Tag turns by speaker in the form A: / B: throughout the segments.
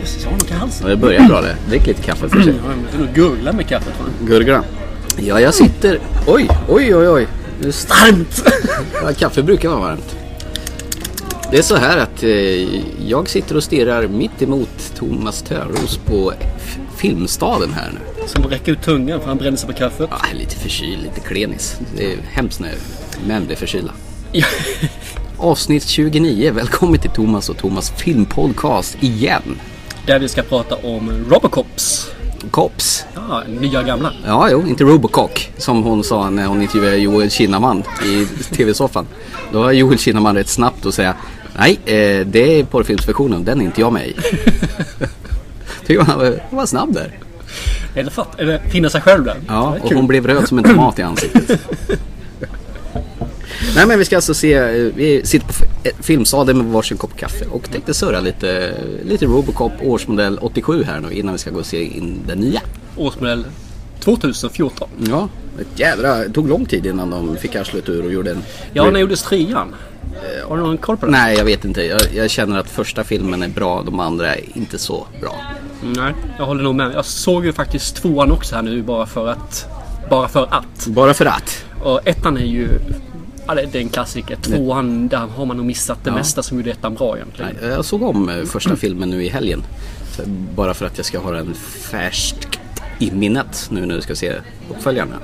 A: Precis, jag har nog halsen.
B: Ja, Det börjar bra det. Drick lite kaffe för sig.
A: Ja, men Jag får nog gurgla med kaffet.
B: Gurgla. Ja, jag sitter... Oj, oj, oj, oj. Det är starkt. Ja, kaffe brukar vara varmt. Det är så här att eh, jag sitter och stirrar mitt emot Thomas Törros på f- Filmstaden här nu.
A: Som att räcka ut tungan för han bränner sig på kaffet.
B: Ja, jag är lite förkyld, lite klenis. Det är hemskt när män blir förkylda.
A: Ja.
B: Avsnitt 29. Välkommen till Thomas och Thomas filmpodcast igen.
A: Där vi ska prata om Robocops.
B: Kops.
A: Ja, nya gamla.
B: Ja, jo, inte Robocock som hon sa när hon intervjuade Joel Kinnaman i TV-soffan. Då var Joel Kinnaman rätt snabbt och säga nej, eh, det är porrfilmsversionen, den är inte jag med i. Tycker han var, han var snabb där.
A: Eller, fatt, eller finna sig själv där.
B: Ja,
A: det är
B: och
A: kul.
B: hon blev röd som en tomat i ansiktet. Nej men vi ska alltså se, eh, vi sitter på f- eh, filmstaden med varsin kopp kaffe och tänkte surra lite, lite Robocop årsmodell 87 här nu innan vi ska gå och se in den nya.
A: Årsmodell 2014.
B: Ja, ett jädra, det tog lång tid innan de fick arslet ur och gjorde en...
A: Ja, när gjordes trean? Eh, Har du någon koll på det?
B: Nej, jag vet inte. Jag, jag känner att första filmen är bra, de andra är inte så bra.
A: Nej, jag håller nog med. Jag såg ju faktiskt tvåan också här nu bara för att. Bara för att.
B: Bara för att.
A: Och ettan är ju... Ja, det det är en klassiker. Tvåan, där har man nog missat det
B: Ja.
A: mesta som gjorde ettan bra egentligen.
B: Nej, jag såg om eh,
A: Mm.
B: första filmen nu i helgen. Så- Bara för att jag ska ha den färskt i minnet nu när vi ska se uppföljarna.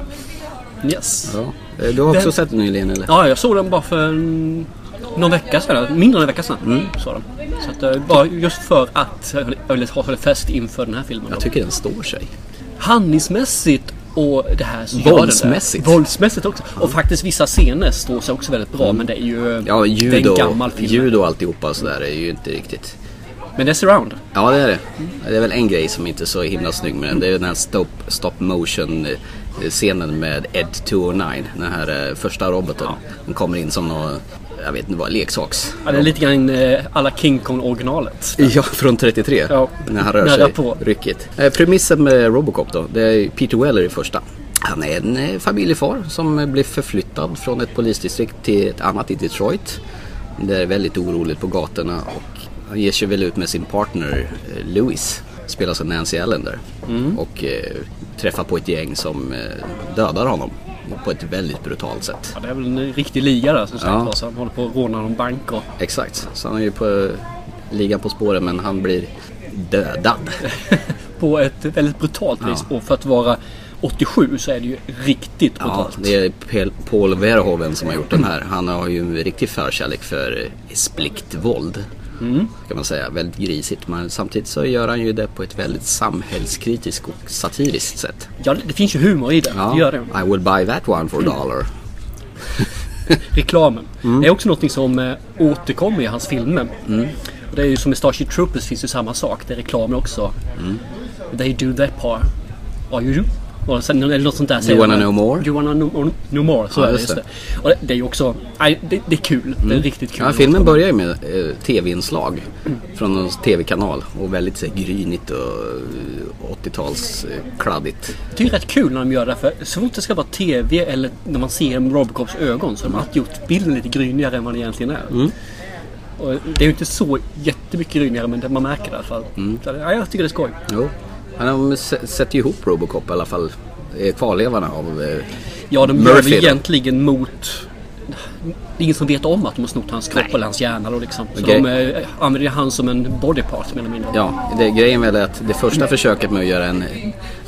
A: Yes.
B: Ja. Eh, Du har också
A: Den-
B: sett den nyligen eller?
A: Ja, jag såg den bara för en, någon vecka sedan. Mindre än en vecka sedan.
B: Mm.
A: Såg den. Så att, eh, bara just för att jag ville ha det fest inför den här filmen. Då.
B: Jag tycker den står sig.
A: Handlingsmässigt och det här så gör den det.
B: Våldsmässigt.
A: Våldsmässigt också. Och faktiskt vissa scener står sig också väldigt bra. Men det är ju
B: Mm.
A: eh,
B: Ja,
A: det är
B: ljud
A: en
B: och,
A: gammal film.
B: ljud och alltihopa och sådär är ju inte riktigt...
A: Men det är surround.
B: Ja, det är det. Det är väl en grej som inte är så himla snygg med den. Det är ju den här stop, stop motion eh, scenen med Ed 209. Den här eh, första roboten. Den kommer in som någon, jag vet inte vad, leksaks.
A: Ja, det är lite grann eh, alla King Kong-originalet.
B: Ja, från 33.
A: Ja.
B: När han rör
A: Nära
B: sig
A: på.
B: ryckigt. Eh, premissen med Robocop då, det är ju Peter Weller i första. Han är en eh, familjefar som eh, blir förflyttad från ett polisdistrikt till ett annat i Detroit. Det är väldigt oroligt på gatorna och han ger sig väl ut med sin partner eh, Louis, spelas av Nancy Allen där.
A: Mm.
B: Och eh, träffar på ett gäng som eh, dödar honom på ett väldigt brutalt sätt.
A: Ja, det är väl en riktig liga där som sagt
B: Ja.
A: var. Så han håller på att råna någon bank och...
B: Exakt, så han är ju på eh, ligan på spåren men han blir dödad.
A: på ett väldigt brutalt vis. Och för att vara 87 så är det ju riktigt
B: Ja,
A: brutalt.
B: det är Pel- Paul Verhoeven som har gjort den här. Han har ju en riktig förkärlek för eh, splicktvåld.
A: Mm.
B: Kan man säga. Väldigt grisigt. Men samtidigt så gör han ju det på ett väldigt samhällskritiskt och satiriskt sätt.
A: Ja, det finns ju humor i det. Det gör Mm. det.
B: I will buy that one for a dollar.
A: Reklamen.
B: Mm.
A: Det är också något som eh, återkommer i hans filmer. Och det är ju som i Starship Troopers finns ju samma sak. Det är reklamen också.
B: Mm.
A: They do that part. Are you? Och sen, eller något sånt där. säger
B: wanna
A: de.
B: know more?
A: You wanna know, know more. Så
B: Ja,
A: är det,
B: just
A: just
B: det. Mm.
A: det. Och det, det är ju också... Nej, det, det är kul. Det Mm. är riktigt kul.
B: Ja, filmen börjar ju med eh, tv-inslag från någon tv-kanal. Och väldigt så här, grynigt eh, och eh, 80-talskladdigt.
A: Det är ju rätt kul när de gör det för så fort det ska vara TV eller när man ser Robocops ögon så har de alltid gjort bilden lite grynigare än vad den egentligen är.
B: Mm.
A: Och det är ju inte så jättemycket grynigare men det- man märker det i alla fall.
B: Mm.
A: Så, ja, jag tycker det är skoj.
B: Jo. Men de s- sätter ju ihop Robocop i alla fall. Eh, Kvarlevarna av eh,
A: Ja, de gör
B: Murphy
A: väl
B: då?
A: egentligen mot... Det är ingen som vet om att de har snott hans kropp
B: Nej.
A: eller hans hjärna. Då, liksom. Så
B: Okej.
A: de eh, använder ju han som en body part mer eller mindre.
B: Ja, det, grejen väl är att det första försöket med att göra en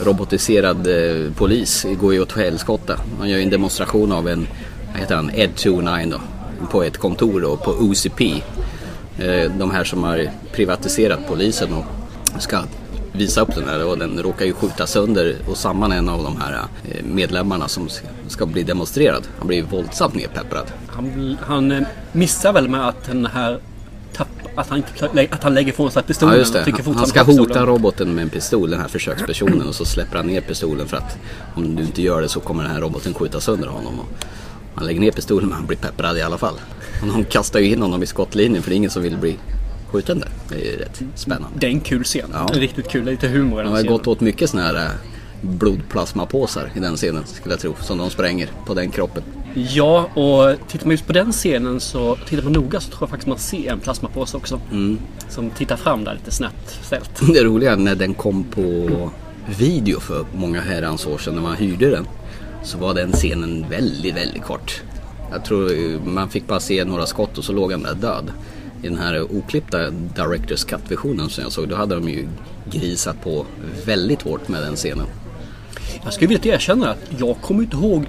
B: robotiserad eh, polis går ju åt helskotta. Man gör ju en demonstration av en, vad heter han, Ed 29 då, på ett kontor då, på OCP. Eh, de här som har privatiserat polisen och ska visa upp den här och den råkar ju skjuta sönder och samman en av de här eh, medlemmarna som ska bli demonstrerad. Han blir ju våldsamt nedpepprad.
A: Han, han eh, missar väl med att den här... tapp- Att han, inte- att han lägger ifrån sig pistolen.
B: Ja just
A: och trycker
B: det. Han
A: fortfarande
B: ska
A: på pistolen.
B: hota roboten med en pistol, den här försökspersonen. Och så släpper han ner pistolen för att om du inte gör det så kommer den här roboten skjuta sönder honom. Och han lägger ner pistolen men han blir pepprad i alla fall. Och de kastar ju in honom i skottlinjen för det är ingen som vill bli skjuten där. Det är ju rätt spännande.
A: Det är en kul scen.
B: Ja.
A: En riktigt kul, lite humor i
B: De
A: den
B: har ju
A: scenen.
B: gått åt mycket sådana här eh, blodplasmapåsar i den scenen skulle jag tro. Som de spränger på den kroppen.
A: Ja, och tittar man just på den scenen så, tittar man noga så tror jag faktiskt man ser en plasmapåse också.
B: Mm.
A: Som tittar fram där lite snett ställt.
B: Det roliga är när den kom på video för många herrans år sedan när man hyrde den. Så var den scenen väldigt, väldigt kort. Jag tror eh, man fick bara se några skott och så låg han där död. I den här oklippta Directors Cut-versionen som jag såg, då hade de ju grisat på väldigt hårt med den scenen.
A: Jag skulle vilja erkänna att jag kommer inte ihåg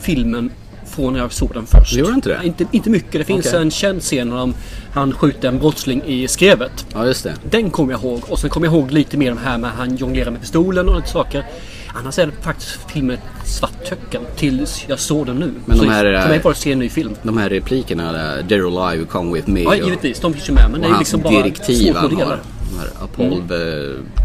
A: filmen från när jag såg den först.
B: Gör du inte det?
A: Nej, Inte, inte mycket. Det finns
B: Okej.
A: en känd scen när de- han skjuter en brottsling i skrevet.
B: Ja, just det.
A: Den kommer jag ihåg. Och sen kommer jag ihåg lite mer om det här med han jonglerar med pistolen och lite saker. Annars är det faktiskt filmen Svarttöcken tills jag såg den nu.
B: Men de
A: Så
B: här- eh,
A: för mig var det att se en ny film.
B: De här replikerna, där, “They're alive, come with me”
A: Ja, givetvis. De finns ju med. Men
B: och,
A: det
B: och
A: är
B: hans
A: liksom bara
B: direktiv han har.
A: smådelar.
B: De här Apolv,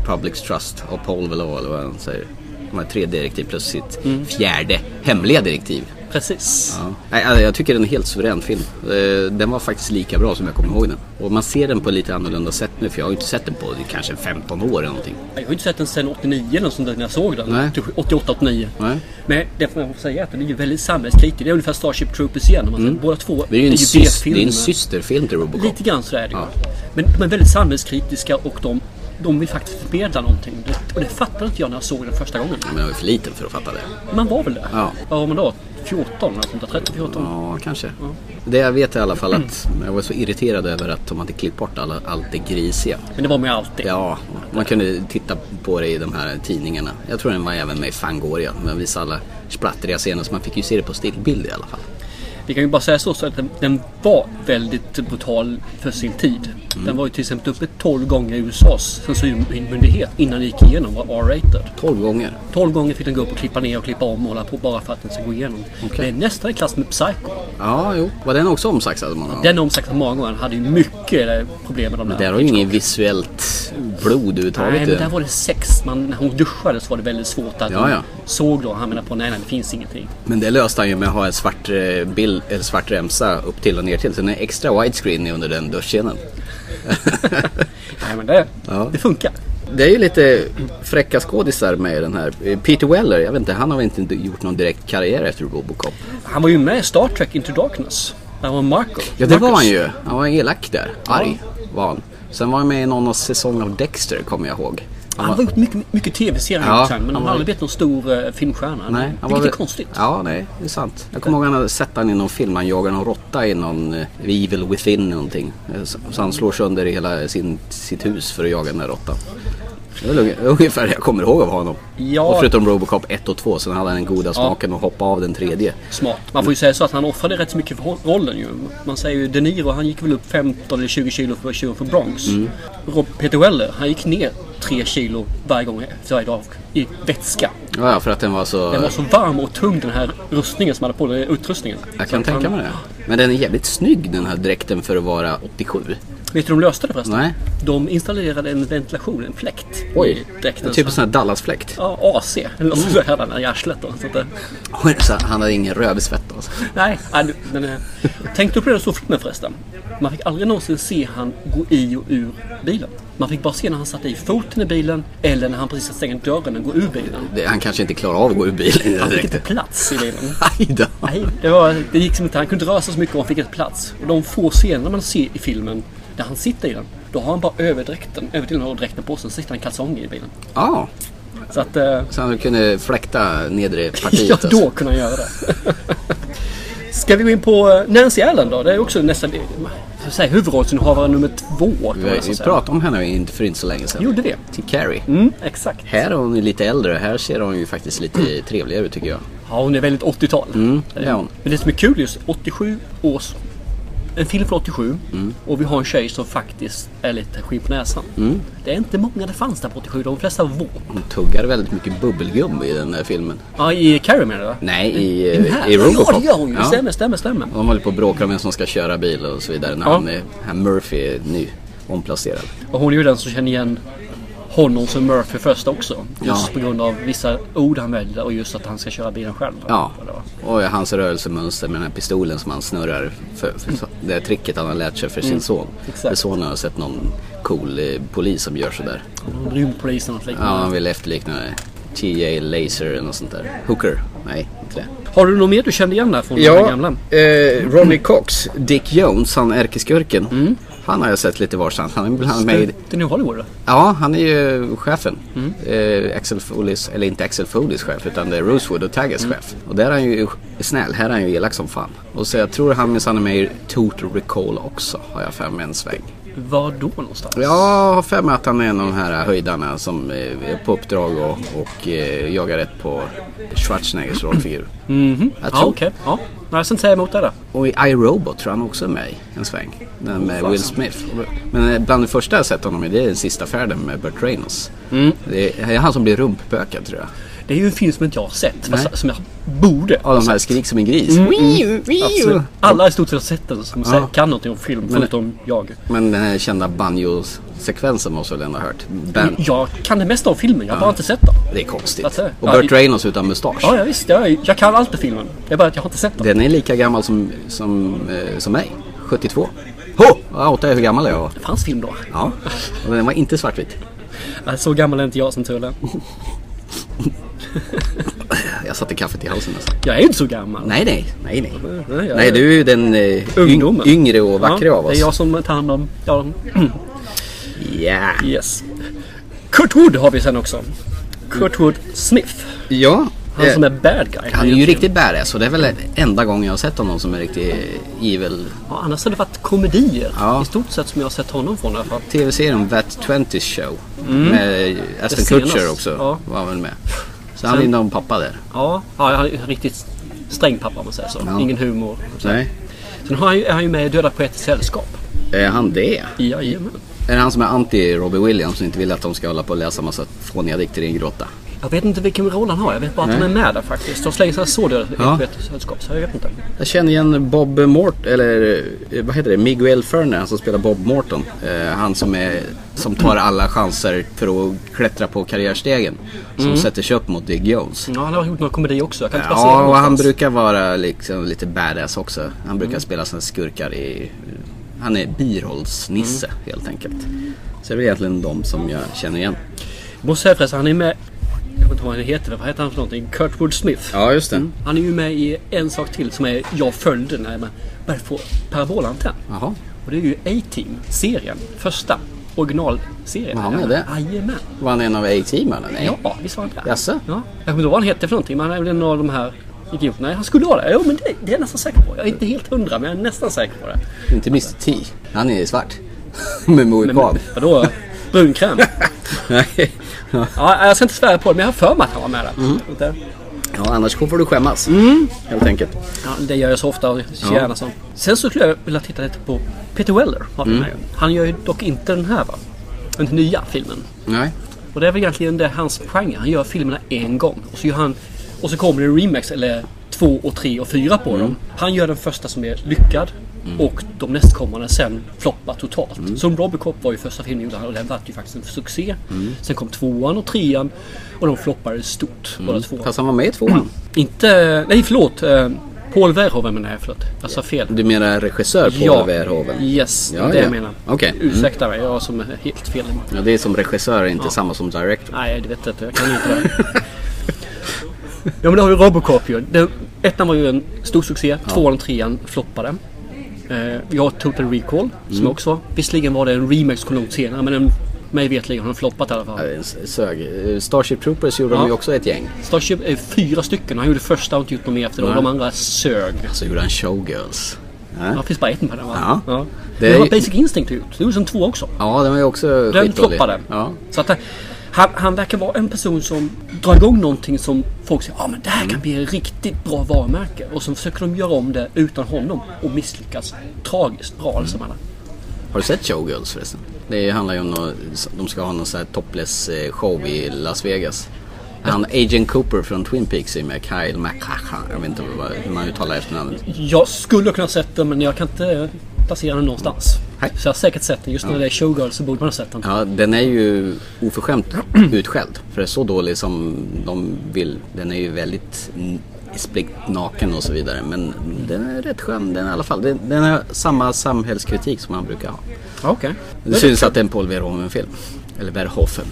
B: Public Trust, Apolv eller vad han säger. De här tre direktiv plus sitt fjärde hemliga direktiv.
A: Precis.
B: Ja. Nej, alltså, Jag tycker det är en helt suverän film. Eh, Den var faktiskt lika bra som jag kommer ihåg den. Och man ser den på lite annorlunda sätt nu för jag har ju inte sett den på kanske 15 år eller någonting.
A: Jag har ju inte sett den sen 89 eller något sånt där när jag såg den.
B: Nej.
A: 88-89.
B: Nej.
A: Men det får man säga att den är ju väldigt samhällskritisk. Det är ungefär Starship Troopers igen. Om man säger. Båda två
B: Mm. Det är ju en, sys- det är
A: B-filmer.
B: en systerfilm till Robocop.
A: Lite grann så är det ju.
B: Ja.
A: Men de är väldigt samhällskritiska och de, de vill faktiskt förmedla någonting. Det- Och det fattade inte jag när jag såg den första gången.
B: Men jag var ju för liten för att fatta det.
A: Man var väl det?
B: Ja.
A: Vad var man då? 14 eller sånt där? 30-14?
B: Ja, kanske. Det jag vet i alla fall att jag var så irriterad över att de hade klippt bort alla, allt det grisiga.
A: Men det var man ju alltid.
B: Ja, man kunde titta på det i de här tidningarna. Jag tror den var även med i Fangoria. Den visade alla splattriga scener så man fick ju se det på stillbild i alla fall.
A: Vi kan ju bara säga så, så att den, den var väldigt brutal för sin tid.
B: Mm.
A: Den var ju till exempel uppe 12 gånger i USAs censurmyndighet innan den gick igenom var R-rated.
B: Tolv gånger.
A: 12 gånger fick den gå upp och klippa ner och klippa om och hålla på bara för att den ska gå igenom.
B: Okej.
A: Det är nästan i klass med Psycho.
B: Ja, jo. Var den också omsaxad? Man har?
A: Den har omsagt många gånger. Han hade ju mycket eh, problem med de där.
B: Där har ju inget visuellt blod överhuvudtaget.
A: Nej,
B: i
A: men
B: den.
A: där var det sex. Man, när hon duschade så var det väldigt svårt att
B: Ja,
A: hon
B: ja.
A: såg då. Han menar på nej, nej, det finns ingenting.
B: Men det löste han ju med att ha en svart, eh, bild, eller svart remsa upp till och ner till. Så den är extra widescreen under den duschscenen.
A: Nej, men det,
B: Ja.
A: det funkar.
B: Det är ju lite fräcka skådisar med i den här. Eh, Peter Weller, jag vet inte, han har väl inte gjort någon direkt karriär efter Robocop?
A: Han var ju med i Star Trek Into Darkness. Där var Marco.
B: Ja, det var
A: Marcus.
B: han ju. Han var elak där. Arg var han. Sen var han med i någon av säsong av Dexter, kommer jag ihåg.
A: Han har gjort mycket, mycket tv-serier
B: Ja,
A: också, men
B: han
A: han har
B: var-
A: aldrig blivit någon stor eh, filmstjärna.
B: Nej, han
A: Vilket
B: var
A: är
B: väl-
A: konstigt.
B: Ja, nej, det är sant. Jag kommer ihåg att jag hade sett han i någon film. Han jagar någon råtta i någon eh, Evil Within någonting. Eh, Så så han slår sönder hela sin, sitt hus för att jaga den där råttan. Det är väl unge- ungefär det jag kommer ihåg av honom.
A: Ja.
B: Och förutom Robocop 1 och 2, sen hade han den goda smaken att hoppa av den tredje.
A: Smart. Man får ju säga så att han offrade rätt så mycket för ho- rollen ju. Man säger ju De Niro, han gick väl upp 15 eller 20 kilo för, kilo för Bronx.
B: Mm.
A: Rob Peter Weller, han gick ner 3 kilo varje gång, för varje dag i vätska.
B: Ja, ja, för att den var så...
A: Den var så varm och tung den här rustningen som han hade på sig, utrustningen.
B: Jag
A: Så
B: kan
A: att
B: tänka
A: han-
B: mig det. Men den är jävligt snygg den här dräkten för att vara 87.
A: Vet du hur de löste det förresten?
B: Nej.
A: De installerade en ventilation, en fläkt.
B: Oj,
A: i
B: det är
A: dräkten.
B: typ en
A: så,
B: sån här Dallasfläkt.
A: ja, AC, eller något sånt här, den här i arslet då. Så att det-
B: Oj, så Han hade ingen rövsvett alltså.
A: Nej, nej, du- den är... Tänk du på den så filmen förresten? Man fick aldrig någonsin se han gå i och ur bilen. Man fick bara se när han satte i foten i bilen eller när han precis hade stängt dörren och gå ur bilen.
B: Det- Han kanske inte klarar av att gå ur bilen i den
A: Han fick
B: dräkten.
A: inte plats i bilen.
B: Aj då.
A: Nej, det, var, det gick som inte. Han kunde inte röra sig så mycket och han fick inte plats. Och de få scener man ser i filmen där han sitter i den, då har han bara överdräkten, överdelen har dräkten på sig, så sitter han i kalsonger i bilen.
B: Ja,
A: Så att... Eh,
B: så han kunde fläkta nedre partiet.
A: ja,
B: alltså.
A: då kunde han göra det. Ska vi gå in på eh, Nancy Allen då? Det är också nästan så att säga, huvudrollsinnehavare nummer två. Kan
B: Vi,
A: man
B: har-
A: nästan
B: vi
A: säga.
B: pratade om henne inte för inte så länge sedan.
A: Gjorde det?
B: Till Carrie.
A: Mm, exakt.
B: Här är hon ju lite äldre. Här ser hon ju faktiskt
A: Mm.
B: lite trevligare ut tycker jag.
A: Ja, hon är väldigt 80-tal. Mm,
B: det är hon.
A: Men det som är kul är just 87 års... En film från 87
B: Mm.
A: och vi har en tjej som faktiskt är lite skinn på näsan.
B: Mm.
A: Det är inte många det fanns där på 87. De flesta var vår.
B: Hon tuggar väldigt mycket bubbelgum i den här filmen.
A: Ja, i Carrie menar du? va?
B: Nej, i,
A: Den här?
B: i Robocop.
A: Ja, det gör hon ju.
B: Ja.
A: Stämmer, stämmer, stämmer.
B: De håller på att bråka om vem som ska köra bil och så vidare när
A: Ja.
B: han, är, han Murphy är ny omplacerad.
A: Och hon är ju den som känner igen honom som Murphy först också. Just
B: Ja.
A: på grund av vissa ord han väljer och just att han ska köra bilen själv.
B: Ja,
A: Eller vad?
B: och hans rörelsemönster med den här pistolen som han snurrar. För, för så- det här tricket han har lärt sig för sin son.
A: Mm. exakt.
B: För sonen har sett någon cool eh, polis som gör sådär.
A: Rymdpolisen och något
B: Ja,
A: liknande.
B: han vill efterlikna det. TJ Laser eller något sånt där. Hooker? Nej, inte det.
A: Har du något mer du kände igen där från den här
B: Ja,
A: gamla?
B: eh, Ronnie Cox, Dick Jones, han ärkeskurken.
A: Mm.
B: Han har jag sett lite varstans. Han är bland annat med i
A: Den är i Hollywood då?
B: Ja, han är ju chefen. Eh, Axel Foley's, eller inte Axel Foley's chef utan det är Rosewood och Taggas
A: Mm.
B: chef. Och där är han ju snäll, här är han ju elak som fan. Och så jag tror han minsann är med i Total Recall också, har jag för mig en sväng.
A: Var då någonstans?
B: Jag har för mig att han är en av de här höjdarna som eh, är på uppdrag och, och eh, jagar rätt på Schwarzeneggers rollfigur.
A: Mhm.
B: Jag
A: Ja,
B: tror-
A: okej. Ja. Nej, sen säger jag emot det där.
B: Och i iRobot tror jag han också är med i en sväng. Den med Will Smith. Men eh, bland det första jag sett honom i det är den sista färden med Burt Reynolds.
A: Mm.
B: Det är han som blir rumpbökad tror jag.
A: Det är ju en film som inte jag har sett,
B: Nej.
A: fast som jag borde.
B: Ja, de här Skrik som en gris.
A: Mm.
B: Mm. Wiu, wiu.
A: Absolut. Alla i stort sett har sett den som
B: Ja.
A: kan någonting om film, förutom jag.
B: Men den här kända banjo-sekvensen måste väl ändå ha hört? Ben.
A: Jag kan det mesta om filmen, jag har bara inte sett den.
B: Det är konstigt.
A: Mm. That's it.
B: Och
A: Ja,
B: Burt
A: det-
B: Reynolds utan mustasch.
A: Ja, ja visst. Jag, jag kan allt i filmen. Det är bara att jag har inte sett den.
B: Den är lika gammal som, som, eh, som mig. 72. Ho! Ja, åtta är hur gammal jag var.
A: Det fanns film då.
B: Ja, och den var inte svartvit.
A: Nej, Så gammal är inte jag som tur är.
B: Jag satte kaffet i halsen alltså. nästan.
A: Jag är ju inte så gammal.
B: Nej, nej, nej, nej.
A: Nej, jag
B: Nej,
A: är-
B: du är ju den eh, yng-
A: Ungdomen.
B: yngre och vackre
A: ja,
B: av oss.
A: Det är jag som tar hand om... Ja,
B: Ja.
A: yes. Kurt Wood har vi sen också. Kurt Wood Smith.
B: Ja.
A: Han
B: eh,
A: som är bad guy.
B: han är ju riktigt badass och det är väl enda gången jag har sett honom som är riktigt eh, evil
A: Ja, annars har det varit komedier
B: Ja.
A: i stort sett som jag har sett honom från. i alla fall.
B: tv-serien That 20 Show med eh,
A: Mm.
B: Aston
A: Det senaste,
B: Kutcher också
A: ja.
B: var han väl med. Så han är någon pappa där.
A: Ja, ja han är en riktigt sträng pappa om man säger så.
B: Ja.
A: Ingen humor.
B: Nej.
A: Sen har han ju, är han ju med i Döda poeters sällskap.
B: Är han det?
A: Jajamän.
B: Är det han som är anti Robbie Williams och inte vill att de ska hålla på och läsa massa fåniga dikter i en grotta?
A: Jag vet inte vilken roll han har. Jag vet bara att
B: Nej.
A: han är med där faktiskt. De slänger sig så Döda
B: Ja.
A: poeters sällskap. Så jag vet inte.
B: Jag känner igen Bob Mort, eller eh, vad heter det, Miguel Ferner, han som spelar Bob Morton. Eh, han som, är, som tar alla chanser för att klättra på karriärstegen. Som sätter sig upp mot Dick Jones.
A: Ja, han har gjort några komedier också. Jag kan inte placera
B: Ja, och han
A: någonstans.
B: brukar vara liksom lite badass också. Han brukar spela sina skurkar i... Han är birollsnisse helt enkelt. Så det är väl egentligen de som jag känner igen.
A: Jag måste säga förresten, han är med... Jag vet inte vad han heter. Vad heter han för någonting? Kurt Wood Smith.
B: Ja, just det.
A: Han är ju med i en sak till som är jag följde när jag var- började få parabolantenn.
B: Jaha.
A: Och det är ju A-Team-serien. Första originalserien.
B: Var han med där?
A: Jajamän.
B: Var han en av A-team eller? Nej.
A: Ja, visst var han det?
B: Jaså?
A: Ja. Jag kommer inte ihåg vad han hette för någonting, men han är väl en av de här idioterna. Nej, han skulle vara det. Jo, men det, det är jag nästan säker på. Jag är inte helt hundra, men jag är nästan säker på det.
B: Inte Mr T. Han är svart. Med mohikan.
A: Vadå? Brunkräm?
B: Nej. Ja,
A: Ja, jag ska inte svära på det, men jag har för mig att han var med där.
B: Mm.
A: Inte?
B: annars får du skämmas. Helt enkelt.
A: Ja, det gör jag så ofta och så gärna så. Sen så skulle jag vilja titta lite på Peter Weller. Har vi med. Han gör ju dock inte den här va? Den nya filmen.
B: Nej.
A: Och det är väl egentligen det hans genre. Han gör filmerna en gång. Och så, gör han, och så kommer det remix eller två och tre och fyra på dem. Han gör den första som är lyckad. Och de nästkommande sen floppar totalt. Som Robocop var ju första filmen gjorde han och den vart ju faktiskt en succé. Sen kom tvåan och trean och de floppade stort båda två.
B: Fast han var med i tvåan.
A: Inte... Nej, förlåt. Eh, Paul Verhoeven menar jag, förlåt. Jag sa fel.
B: Du menar regissör Paul
A: ja.
B: Verhoeven?
A: Yes,
B: Ja,
A: det jag
B: ja.
A: menar.
B: Okej. Mm.
A: Ursäkta mig, jag som är helt fel.
B: Ja, det är som regissör, inte samma som director.
A: Nej, det vet jag inte. Jag kan inte det. ja, men då har vi Robocop ju. Den, ettan var ju en stor succé. Tvåan och trean floppade. Eh, vi har Total Recall,
B: Mm.
A: som också... Visserligen var det en remix som kom långt senare, men den, mig veterligen har den floppat i alla fall.
B: Ja, en s- Sög. Eh, Starship Troopers gjorde
A: Ja.
B: de ju också ett gäng.
A: Starship är fyra stycken. Han gjorde första och inte gjort något mer efter det. Och
B: Nej.
A: de andra sög.
B: Så gjorde han Showgirls.
A: Ja, det finns bara ett med den va?
B: Ja. Det
A: Det,
B: är-
A: har Basic Instinct gjort. Det gjordes en två också.
B: Ja, den var ju också
A: Den
B: skitdålig.
A: floppade.
B: Ja.
A: Så att eh, han, han verkar vara en person som drar igång någonting som folk säger ah, men det här
B: Mm.
A: kan bli ett riktigt bra varumärke. Och så försöker de göra om det utan honom och misslyckas tragiskt
B: Mm.
A: bra. Alltså, man.
B: Har du sett Showgirls förresten? Det handlar ju om nå- de ska ha någon sån här topless eh, show i Las Vegas. Han, Agent Cooper från Twin Peaks är med, Kyle MacLachlan. Jag vet inte vad, hur man uttalar efternamnet.
A: Jag skulle kunna ha sett den men jag kan inte eh, placera den någonstans.
B: Nej.
A: Så jag har säkert sett den. Just när det är showgirl så borde man ha sett den.
B: Ja, den är ju oförskämt utskälld. För det är så dålig som de vill. Den är ju väldigt n- spritt naken och så vidare. Men den är rätt skön den i alla fall. Den, den har samma samhällskritik som man brukar ha.
A: Ja, okej.
B: Det syns att det är en Paul Verhoeven-film. Eller Verhoeven.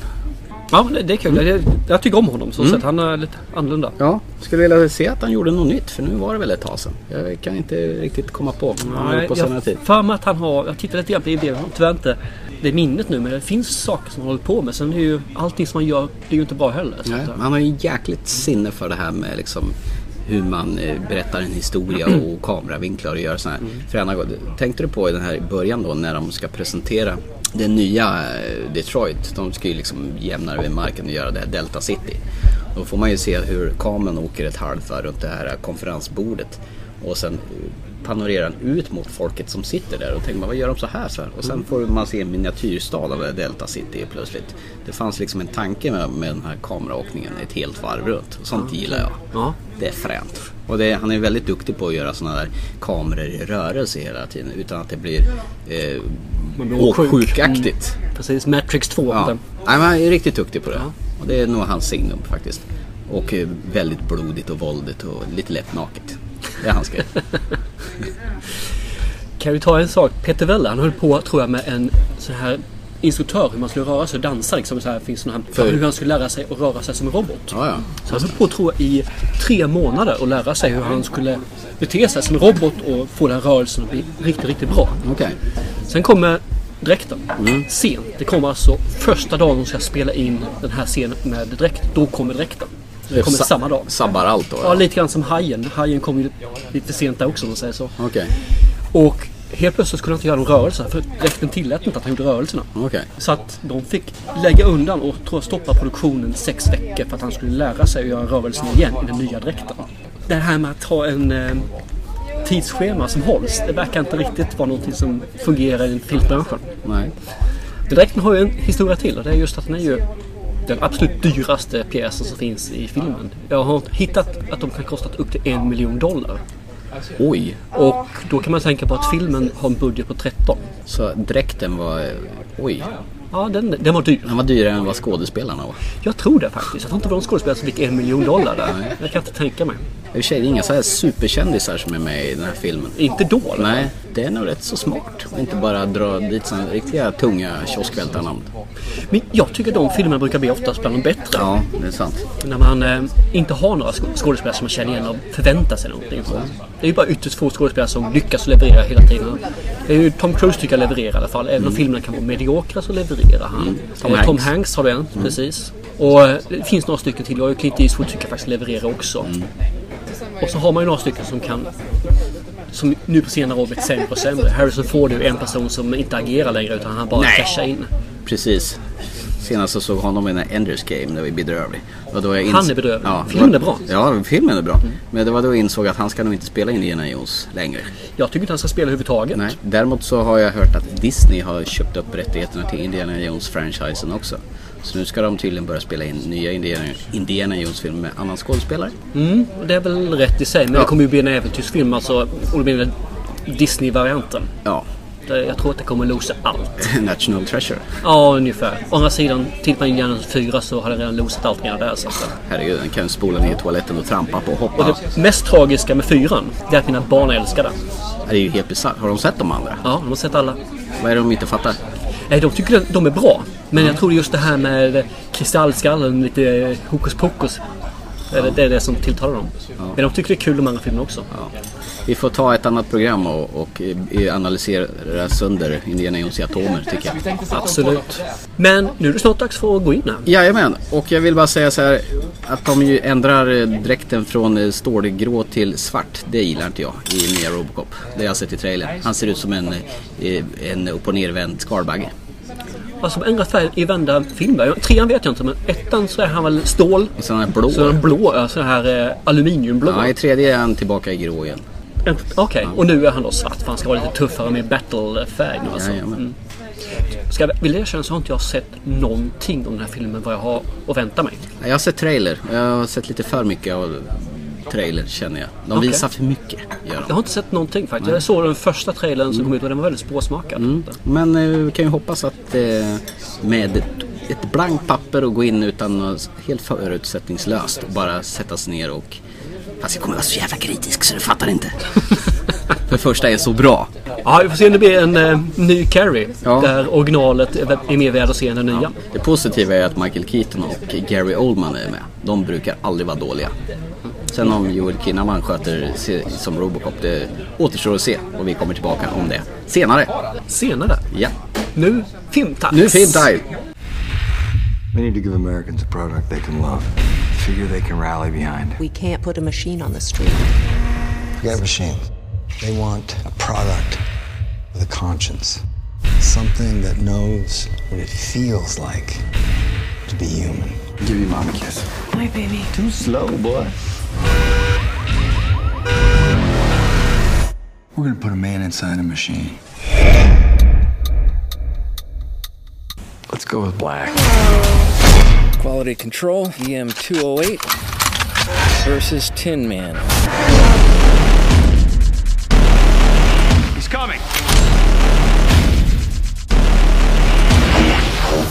A: Ja, men det, det är kul.
B: Mm.
A: Jag, jag tycker om honom så sett. Han är lite annorlunda.
B: Ja, skulle vilja se att han gjorde något nytt för nu var det väl ett tag sedan. Jag kan inte riktigt komma på vad han har gjort på senare tid.
A: jag för mig att han har, jag tittade lite grann på IMDB, jag har tyvärr inte det minnet nu men det finns saker som han håller på med. Sen är ju allting som han gör, det är ju inte bra heller. Så
B: Nej,
A: att, eh,
B: han har ju jäkligt sinne för det här med liksom hur man eh, berättar en historia och kameravinklar och gör sådana här. För han har- tänkte du på i den här i början då när de ska presentera den nya eh, Detroit. De ska ju liksom jämna över marken och göra det här Delta City. Då får man ju se hur kameran åker ett halvt varv runt det här konferensbordet. Och sen eh, panorerar den ut mot folket som sitter där och tänker man vad gör de så här? Så här? Och sen
A: Mm.
B: får man se en miniatyrstad av det här Delta City plötsligt. Det fanns liksom en tanke med, med den här kameraåkningen ett helt varv runt. Och sånt gillar jag.
A: Ja.
B: Det är fränt. Och det, han är väldigt duktig på att göra sådana där kameror i rörelse hela tiden utan att det blir eh,
A: Man blir åksjuk.
B: åksjukaktigt.
A: Precis, Matrix 2.
B: Ja.
A: den-
B: Nej, men han är riktigt duktig på det. Och det är nog hans signum faktiskt. Och eh, väldigt blodigt och våldigt och lite lätt naket. Det är hans grej.
A: Kan vi ta en sak? Peter Weller, han höll på tror jag med en sån här instruktör hur man skulle röra sig och dansa. Liksom, så här, finns sån här,
B: För-
A: Hur han skulle lära sig att röra sig som en robot.
B: Ja, ja.
A: Så han höll på tror jag i tre månader att lära sig hur han skulle bete sig som en robot och få den rörelsen att bli riktigt, riktigt bra.
B: Okej.
A: Sen kommer dräkten. Sent. Det kommer alltså första dagen de ska spela in den här scenen med dräkt. Då kommer dräkten. Det kommer
B: Sa-
A: samma dag.
B: Sabbar allt då?
A: Ja,
B: Ja.
A: lite grann som Hajen. Hajen kom ju lite sent där också om man säger så.
B: Okej.
A: Och helt plötsligt kunde han inte göra någon rörelse för dräkten tillät inte att han gjorde rörelserna.
B: Okej.
A: Så att de fick lägga undan och tror jag, stoppa produktionen sex veckor för att han skulle lära sig att göra rörelserna igen i den nya dräkten. Det här med att ha en eh, tidsschema som hålls, det verkar inte riktigt vara någonting som fungerar i filmbranschen.
B: Nej.
A: Dräkten har ju en historia till och det är just att den är ju den absolut dyraste pjäsen som finns i filmen. Jag har hittat att de kan kosta upp till en miljon dollar.
B: Oj.
A: Och då kan man tänka på att filmen har en budget på 13.
B: Så dräkten var... eh, Oj.
A: Ja, den, den var dyr.
B: Den var dyrare än vad skådespelarna var.
A: Jag tror det faktiskt. Jag tror inte det var någon skådespelare som fick en miljon dollar där. Jag kan inte tänka mig.
B: I och för sig, det är inga så här superkändisar som är med i den här filmen.
A: Inte då. eller?
B: Nej, det är nog rätt så smart. Och inte bara dra dit sådana riktiga tunga kioskvältarnamn.
A: Men jag tycker de filmerna brukar bli oftast bland de bättre.
B: Ja, det är sant.
A: När man eh, inte har några sk- skådespelare som man känner igen och förväntar sig någonting. Så. Det är ju bara ytterst få skådespelare som lyckas leverera hela tiden. Det är ju Tom Cruise tycker jag levererar i alla fall. Även
B: Mm.
A: om filmerna kan vara mediokra så levererar han.
B: Tom
A: Eh, Tom
B: Hanks.
A: Hanks har du en,
B: Mm.
A: precis. Och eh, det finns några stycken till. Jag och Clint Eastwood tycker jag faktiskt levererar också.
B: Mm.
A: Och så har man ju några stycken som kan som nu på senare år blivit sämre och sämre. Harrison Ford är ju en person som inte agerar längre utan han bara
B: Nej.
A: cashar in.
B: Precis. Senast jag såg honom i den här Enders Game, det var ju bedrövlig. Och då jag
A: Han är bedrövlig.
B: Ja,
A: Filmen är bra. Mm.
B: Ja, filmen är bra. Men det var då jag insåg att han ska nog inte spela Indiana Jones längre.
A: Jag tycker inte han ska spela överhuvudtaget.
B: Nej. Däremot så har jag hört att Disney har köpt upp rättigheterna till Indiana Jones-franchisen också. Så nu ska de tydligen börja spela in nya Indiana, Indiana Jones-filmer med annan skådespelare.
A: Mm, och det är väl rätt i sig. Men det kommer ju bli en äventyrsfilm alltså. Och det blir den Disney-varianten.
B: Ja,
A: Det- Jag tror att det kommer losa allt.
B: National Treasure.
A: Ja, ungefär. Å andra sidan, tittar man in Indiana 4 så har det redan losat allting där. Så. att-
B: Herregud, den kan ju spola ner i toaletten och trampa på och hoppa.
A: Och det mest tragiska med 4 det är att mina barn älskar det.
B: Det är ju helt bisarrt. Har de sett de andra?
A: Ja, de har sett alla.
B: Vad är det de inte fattar?
A: Nej, de tycker att de är bra. Men jag tror just det här med kristallskallen, lite eh, hokus pokus. Det är- Det är det som tilltalar dem. Men de tycker det är kul de andra filmerna också.
B: Ja. Vi får ta ett annat program och, och eh, analysera sönder Indiana Jones i atomer tycker jag.
A: Absolut. Men nu är det snart dags för att gå in här.
B: Jajamän, och jag vill bara säga så här att de ju ändrar eh, dräkten från eh, stålgrå till svart. Det gillar inte jag i nya Robocop. Det har jag sett i trailern. Han ser ut som en, eh, en upp och nervänd skalbagge.
A: Alltså de ändrar färg i vända filmer. Trean vet jag inte men ettan så är han väl stål.
B: Och sen är han blå.
A: Så är han blå, alltså den här eh, aluminiumblå.
B: Ja, i tredje är han tillbaka i grå igen.
A: En- Okej, och nu är han då svart för han ska vara lite tuffare med battle-färg nu alltså.
B: Jajamän.
A: Ska jag vilja erkänna så har inte jag sett någonting om den här filmen vad jag har att vänta mig.
B: Jag har sett trailer. Jag har sett lite för mycket av trailer känner jag. De
A: Okej.
B: visar för mycket. Gör
A: Jag
B: de.
A: har inte sett någonting faktiskt. Jag såg den första trailern som kom ut och den var väldigt spåsmakad.
B: Men eh, vi kan ju hoppas att eh, med ett- ett blankt papper och gå in utan något helt förutsättningslöst och bara sätta sig ner och... Fast jag kommer vara så jävla kritisk så du fattar inte. för första är så bra.
A: Ja, vi får se om det blir en eh, ny Carrie.
B: Ja.
A: Där originalet är, är mer värd att se än den nya.
B: Det positiva är att Michael Keaton och Gary Oldman är med. De brukar aldrig vara dåliga. Sen om Joel Kinnaman sköter sig som Robocop, det återstår att se. Och vi kommer tillbaka om det senare.
A: Senare.
B: Ja,
A: Nu filmtax.
B: nu är film time!
C: We need to give Americans a product they can love, a figure they can rally behind.
D: We can't put a machine on the street.
E: Forget machines. They want a product with a conscience. Something that knows what it feels like to be human.
C: Give your mom a kiss.
F: My baby.
C: Too slow, boy. We're gonna put a man inside a machine. Let's go with black.
G: Quality Control, E EM208 versus Tin Man.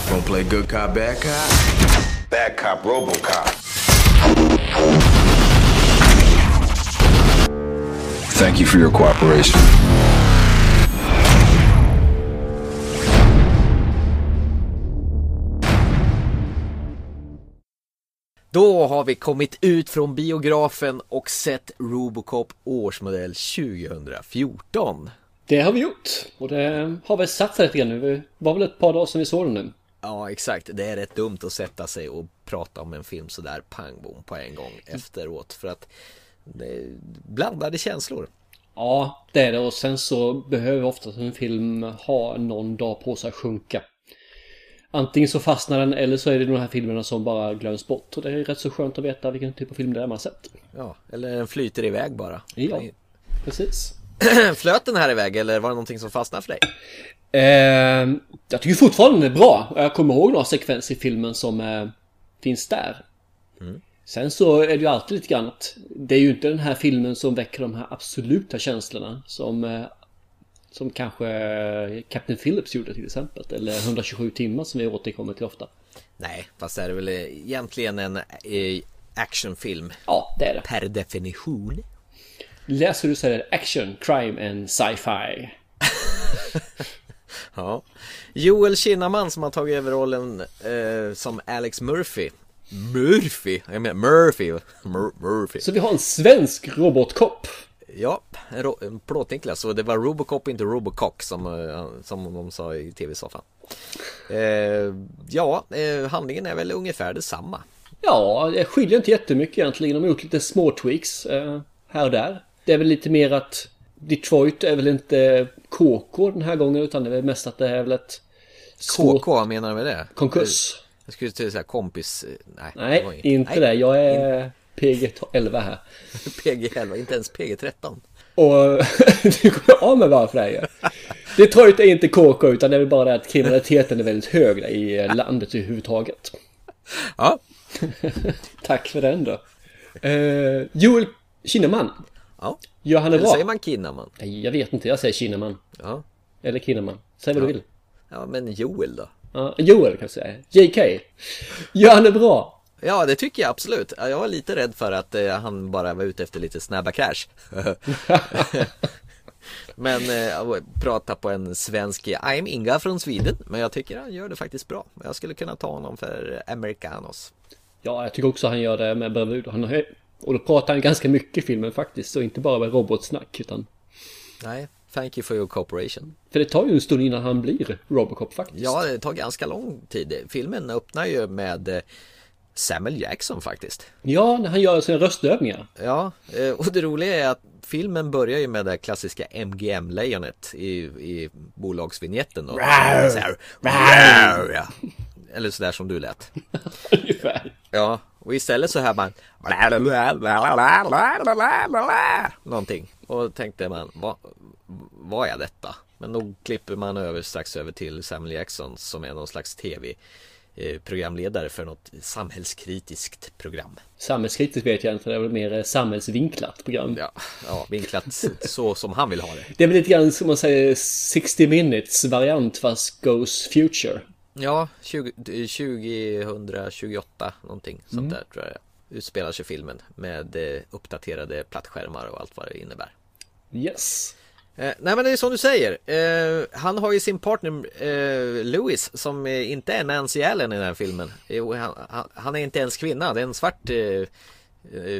H: Gonna play good cop, bad cop? Bad cop, Robocop.
C: Thank you for your cooperation.
I: Då har vi kommit ut från biografen och sett Robocop årsmodell 2014.
A: Det har vi gjort. Och det har väl satt sig lite grann nu. Det var väl ett par dagar sedan vi såg den nu.
I: Ja, exakt. Det är rätt dumt att sätta sig och prata om en film sådär pang bom på en gång efteråt för att det blandade känslor.
A: Ja, det är det. Och sen så behöver oftast en film ha någon dag på sig att sjunka. Antingen så fastnar den eller så är det de här filmerna som bara glöms bort. Och det är rätt så skönt att veta vilken typ av film det är man har sett.
I: Ja, eller den flyter iväg bara.
A: Ja, precis.
I: Flöt den här iväg eller var det någonting som fastnade för dig?
A: Eh, jag tycker fortfarande den är bra. Och Jag kommer ihåg några sekvenser i filmen som eh, finns där. Sen så är det ju alltid lite grann att det är ju inte den här filmen som väcker de här absoluta känslorna som, eh, som kanske eh, Captain Phillips gjorde till exempel. Eller 127 timmar som vi återkommer till ofta.
I: Nej, fast det är väl egentligen en eh, actionfilm
A: Ja, det är det.
I: per definition.
A: Läser du så är det action, crime and sci-fi.
I: Ja. Joel Kinnaman som har tagit över rollen eh, som Alex Murphy. Murphy? Jag menar Murphy. Mur- Murphy.
A: Så vi har en svensk robotkopp.
I: Ja, en ro- en plåtnicklas. Så det var Robocop, inte Robocock som, eh, som de sa i tv-soffan. Eh, ja, eh, handlingen är väl ungefär detsamma.
A: Ja, det skiljer inte jättemycket egentligen. De har gjort lite små tweaks eh, här och där. Det är väl lite mer att Detroit är väl inte KK den här gången utan det är väl mest att det är väl ett svårt
I: KK, vad menar du med det?
A: konkurs.
I: Jag skulle säga så här, kompis... eh, Nej, det var
A: Nej,
I: inget.
A: inte det. Jag är PG-11 här.
I: PG-11, inte ens PG-13.
A: Och du kommer av med varför det här ju. Detroit är inte KK utan det är väl bara det att kriminaliteten är väldigt hög där i landet överhuvudtaget.
I: Ja,
A: Tack för den då. Eh, Joel Kinnaman.
I: ja.
A: Gör han det
I: Eller
A: bra?
I: säger man Kinnaman?
A: Nej, jag vet inte. Jag säger Kinnaman.
I: Ja.
A: Eller Kinnaman. Säg vad du vill.
I: ja, men Joel då?
A: Ja, Joel kan jag säga. JK. Gör han det bra?
I: Ja, det tycker jag absolut. Ja, Jag var lite rädd för att eh, han bara var ute efter lite snabba cash. men eh, prata på en svensk, I'm Inga från Sweden, men jag tycker han gör det faktiskt bra. Jag skulle kunna ta honom för americanos.
A: Ja, jag tycker också han gör det med bravur. Han har, och då pratar han ganska mycket i filmen faktiskt. Och inte bara med robotsnack. Utan,
I: Nej, thank you for your cooperation.
A: för det tar ju en stund innan han blir Robocop faktiskt.
I: Ja, det tar ganska lång tid. Filmen öppnar ju med eh, Samuel Jackson faktiskt.
A: ja när han gör sina röstövningar.
I: Ja, eh, och det roliga är att filmen börjar ju med det här klassiska MGM-lejonet i, i bolagsvinjetten då. Så här, "Rar", ja. Eller sådär som du lät.
A: Ungefär.
I: Ja, och istället så hör man någonting. Och tänkte man, vad, vad är detta? Men då klipper man över strax över till Samuel Jackson som är någon slags tv-programledare för något samhällskritiskt program.
A: Samhällskritiskt vet jag inte. Det är väl mer eh, samhällsvinklat program.
I: Ja, ja vinklat så som han vill ha det.
A: Det är väl lite grann som man säger 60 minutes variant fast goes future.
I: Ja, 20, 2028 någonting sånt där tror jag det är. utspelar sig filmen med eh, uppdaterade plattskärmar och allt vad det innebär.
A: Yes.
I: Eh, nej men det är som du säger. Eh, han har ju sin partner eh, Louis som eh, inte är Nancy Allen i den här filmen. Jo, han, han, han är inte ens kvinna, det är en svart eh, eh,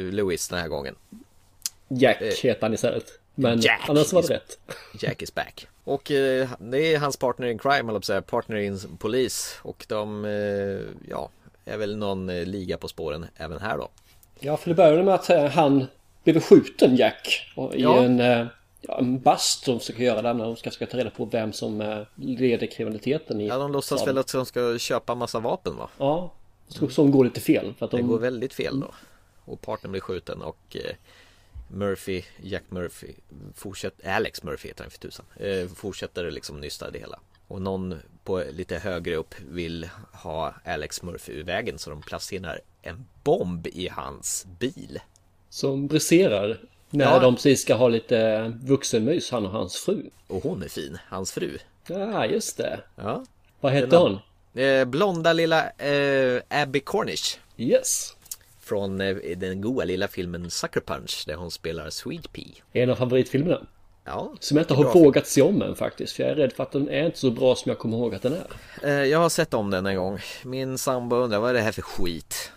I: Louis den här gången.
A: Jack heter han istället. Men
I: Jack.
A: annars var det rätt.
I: Jack is back. Och eh, det är hans partner in crime, eller säga, partner in polis. Och de, eh, ja, är väl någon eh, liga på spåren även här då.
A: Ja, för det började med att eh, han blev skjuten, Jack, och i
I: Ja.
A: en, eh, ja, en bast som försöker göra där när de ska, ska ta reda på vem som eh, leder kriminaliteten i
I: Ja, de låtsas
A: staden.
I: väl att de ska köpa massa vapen va?
A: Ja, som- som går lite fel. För att
I: Det
A: de...
I: går väldigt fel då. Och partnern blir skjuten och eh, Murphy, Jack Murphy, fortsätter, Alex Murphy heter han för tusan, eh, fortsätter liksom nysta det hela. Och någon på lite högre upp vill ha Alex Murphy ur vägen så de placerar en bomb i hans bil.
A: Som briserar när
I: Ja.
A: de precis ska ha lite eh, vuxenmys, han och hans fru.
I: Och hon är fin, hans fru.
A: Ja, just det.
I: Ja.
A: Vad hette
I: Den-
A: hon?
I: Eh, blonda lilla eh, Abby Cornish
A: Yes.
I: från eh, den goa lilla filmen Sucker Punch där hon spelar Sweet Pea.
A: En av favoritfilmerna.
I: Ja,
A: Som jag inte har vågat se om än faktiskt. För jag är rädd för att den är inte så bra som jag kommer ihåg att den är.
I: Eh, Jag har sett om den en gång. Min sambo undrar vad är det här för skit?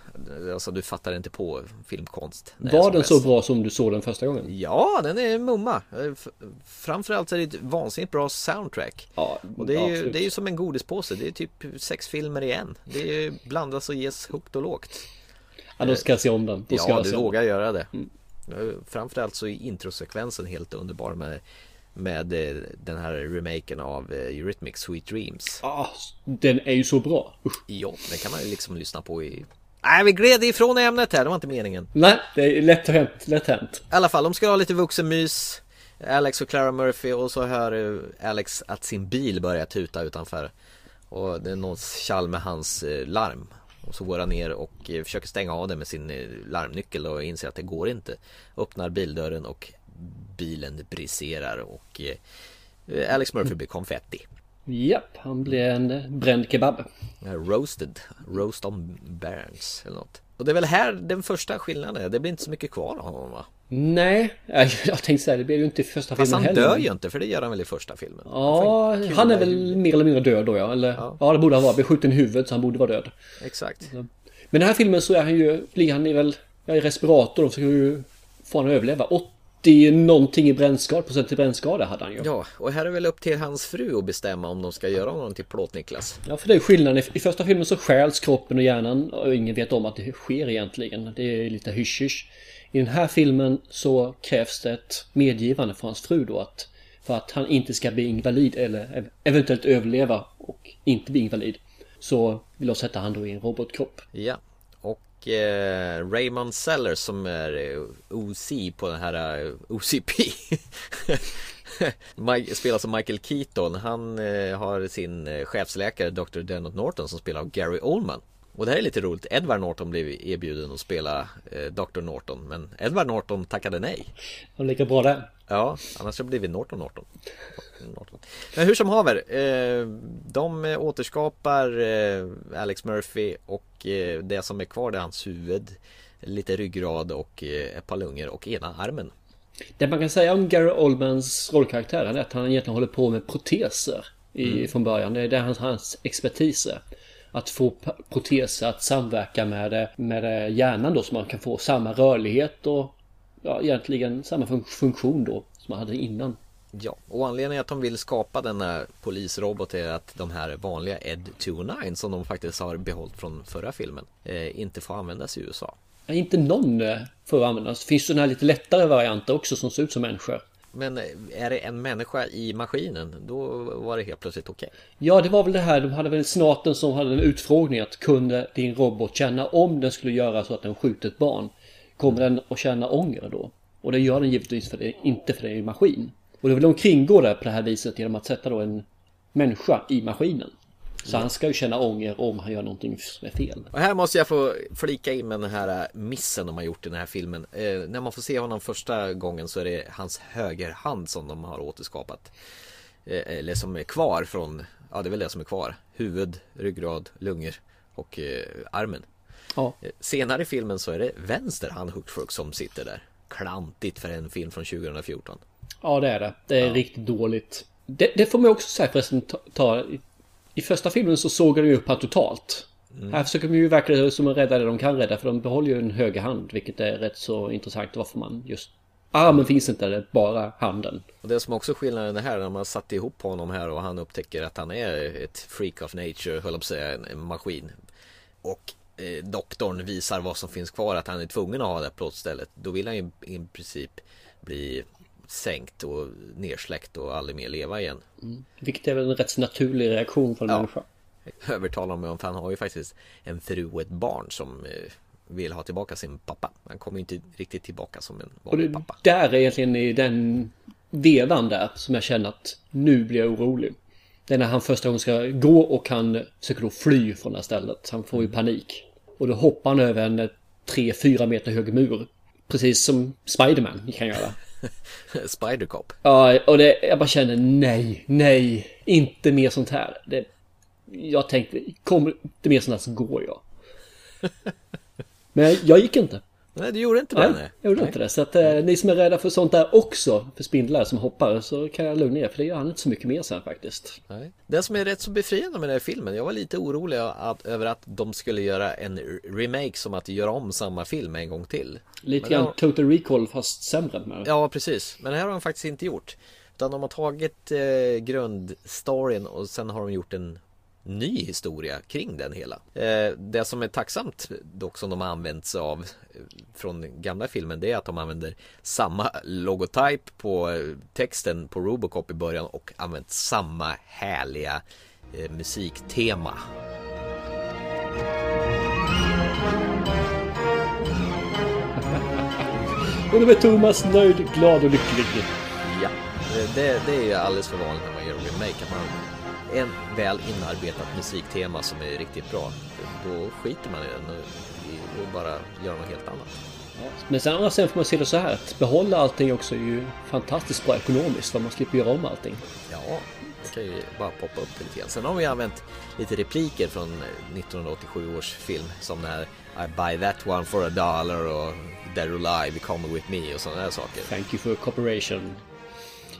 I: Alltså du fattar inte på filmkonst. när jag
A: Var
I: som
A: den så
I: bäst.
A: bra som du såg den första gången?
I: Ja, den är mumma. Eh, f- Framförallt är det ett vansinnigt bra soundtrack.
A: Ja,
I: Och det är, ju,
A: absolut.
I: det är ju som en godispåse. Det är typ sex filmer i en. Det är ju blandas och ges högt och lågt.
A: Ja, då ska jag se om den. Då ska
I: Ja,
A: jag Mm.
I: du
A: se om
I: vågar göra det. Eh, Framförallt så är introsekvensen helt underbar med, med eh, den här remaken av eh, Eurythmics Sweet Dreams.
A: Ah, den är ju så bra. Usch.
I: Ja, det kan man ju liksom lyssna på i... Nej, vi gled ifrån ämnet här, det var inte meningen.
A: Nej, det är lätt hänt. Lätt hänt.
I: I alla fall, de ska ha lite vuxenmys. Alex och Clara Murphy och så hör eh, Alex att sin bil börjar tuta utanför. Och det är någon tjall med hans eh, larm. Och så går han ner och eh, försöker stänga av den med sin eh, larmnyckel och inser att det går inte. Öppnar bildörren och bilen briserar och eh, Alex Murphy blir konfetti.
A: Japp, han blev en eh, bränd kebab.
I: Eh, Roasted, roast on burns eller något. Och det är väl här den första skillnaden är. Det blir inte så mycket kvar av honom va?
A: Nej, jag, jag tänkte säga det blev ju inte i första
I: Fast
A: filmen
I: han
A: heller.
I: dör ju inte för det gör han väl i första filmen?
A: Ja,
I: får en
A: han är
I: kula i
A: väl
I: huvudet.
A: mer eller mindre död då ja. Eller, ja. det borde han vara. Blev skjuten i huvudet så han borde vara död.
I: Exakt.
A: Men i den här filmen så är han ju, ligger han i väl, ja, i respirator. De försöker ju få honom att överleva. 80 någonting i brännskada, procent i brännskada hade han ju.
I: Ja, och här är väl upp till hans fru att bestämma om de ska göra honom till Plåt-Niklas.
A: Ja, för det är skillnaden. I- I första filmen så stjäls kroppen och hjärnan och ingen vet om att det sker egentligen. Det är lite hysch I den här filmen så krävs det ett medgivande från hans fru då att för att han inte ska bli invalid eller ev- eventuellt överleva och inte bli invalid så vill de sätta han då i en robotkropp.
I: Ja. Och eh, Raymond Sellers som är eh, OC på den här eh, OCP. Mike, spelas av Michael Keaton. Han eh, har sin eh, chefsläkare Dr. Denot Norton som spelar av Gary Oldman. Och det här är lite roligt. Edward Norton blev erbjuden att spela eh, Dr. Norton men Edward Norton tackade nej.
A: Och lika bra där.
I: Ja, annars hade det blivit Norton Norton. Norton. Men hur som haver, eh, de eh, återskapar eh, Alex Murphy och eh, det som är kvar det är hans huvud, lite ryggrad och eh, ett par lungor och ena armen.
A: Det man kan säga om Gary Oldmans rollkaraktär är att han egentligen håller på med proteser i,
I: Mm.
A: från början. Det är där hans, hans expertis är. Att få p- proteser att samverka med, eh, med eh, hjärnan då så man kan få samma rörlighet och ja, egentligen samma fun- funktion då som man hade innan.
I: Ja, och anledningen att de vill skapa denna polisrobot är att de här vanliga Ed 209 som de faktiskt har behållit från förra filmen eh, inte får användas i USA.
A: Ja, inte någon eh, får användas. Det finns sådana här lite lättare varianter också som ser ut som människor.
I: Men eh, är det en människa i maskinen, då var det helt plötsligt okej.
A: Ja, det var väl det här. De hade väl senaten som hade en utfrågning att kunde din robot känna om den skulle göra så att den skjuter ett barn? Kommer den att känna ånger då? Och det gör den givetvis för det, inte för det är en maskin. Och det vill de kringgå det på det här viset genom att sätta då en människa i maskinen. Så han ska ju känna ånger om han gör någonting som är fel.
I: Och här måste jag få flika in med den här eh, missen de har gjort i den här filmen. Eh, när man får se honom första gången så är det hans högerhand som de har återskapat. Eh, eller som är kvar från, ja det är väl det som är kvar. Huvud, ryggrad, lungor och eh, armen.
A: Ja,
I: Eh, senare i filmen så är det vänster hand hux flux som sitter där. Klantigt för en film från 2014.
A: Ja, det är det. Det är riktigt dåligt. Det, det får man också säga förresten ta, ta... i- I första filmen så såg de ju upp här totalt. Här försöker de ju verkligen som att rädda det de kan rädda för de behåller ju en höger hand vilket är rätt så intressant varför man just... Armen finns inte, det är bara handen.
I: Och det som också är skillnaden är här när man satte ihop honom här och han upptäcker att han är ett freak of nature, höll jag på att säga, en, en maskin. Och eh, doktorn visar vad som finns kvar, att han är tvungen att ha det här plåtstället. Då vill han ju i princip bli sänkt och nersläckt och aldrig mer leva igen.
A: Vilket är väl en rätt så naturlig reaktion från en
I: Ja.
A: människa.
I: Övertalar mig om, för han har ju faktiskt en fru och ett barn som eh, vill ha tillbaka sin pappa. Han kommer ju inte riktigt tillbaka som en
A: Och
I: vanlig
A: det,
I: pappa.
A: där är egentligen i den vevan där som jag känner att nu blir jag orolig. Det är när han första gången ska gå och han försöker då fly från det här stället. Han
I: Mm.
A: får ju panik. Och då hoppar han över en 3-4 meter hög mur. Precis som Spiderman kan göra.
I: Spidercop.
A: Ja, och det, jag bara känner nej, nej, inte mer sånt här. Det, jag tänkte, kommer inte mer sånt här så går jag. Men jag gick inte.
I: Nej, du gjorde inte det.
A: Nej,
I: nej.
A: jag gjorde inte det. Så att eh, ni som är rädda för sånt där också, för spindlar som hoppar, så kan jag lugna er. För det gör han inte så mycket mer sen faktiskt.
I: Nej. Det som är rätt så befriande med den här filmen, jag var lite orolig att, över att de skulle göra en r- remake som att göra om samma film en gång till.
A: Lite
I: Men
A: grann
I: det har-
A: Total Recall fast sämre. Med. det.
I: Ja, precis. Men det här har de faktiskt inte gjort. Utan de har tagit eh, grundstoryn och sen har de gjort en ny historia kring den hela. Eh, det som är tacksamt dock som de har använt sig av eh, från den gamla filmen det är att de använder samma logotyp på eh, texten på Robocop i början och använt samma härliga eh, musiktema.
A: Och nu är Thomas nöjd, glad och lycklig.
I: Ja, eh, det, det är ju alldeles för vanligt när man gör remake att man har en väl inarbetat musiktema som är riktigt bra. Då skiter man i den och, i- och bara gör något helt annat.
A: Men sen, annars sen får man se det så här att behålla allting också är ju fantastiskt bra ekonomiskt. För man slipper göra om allting.
I: Ja, det kan ju bara poppa upp lite grann. Sen har vi använt lite repliker från 1987 års film som den här I buy that one for a dollar och They're alive, come with me och sådana där saker.
A: Thank you for cooperation.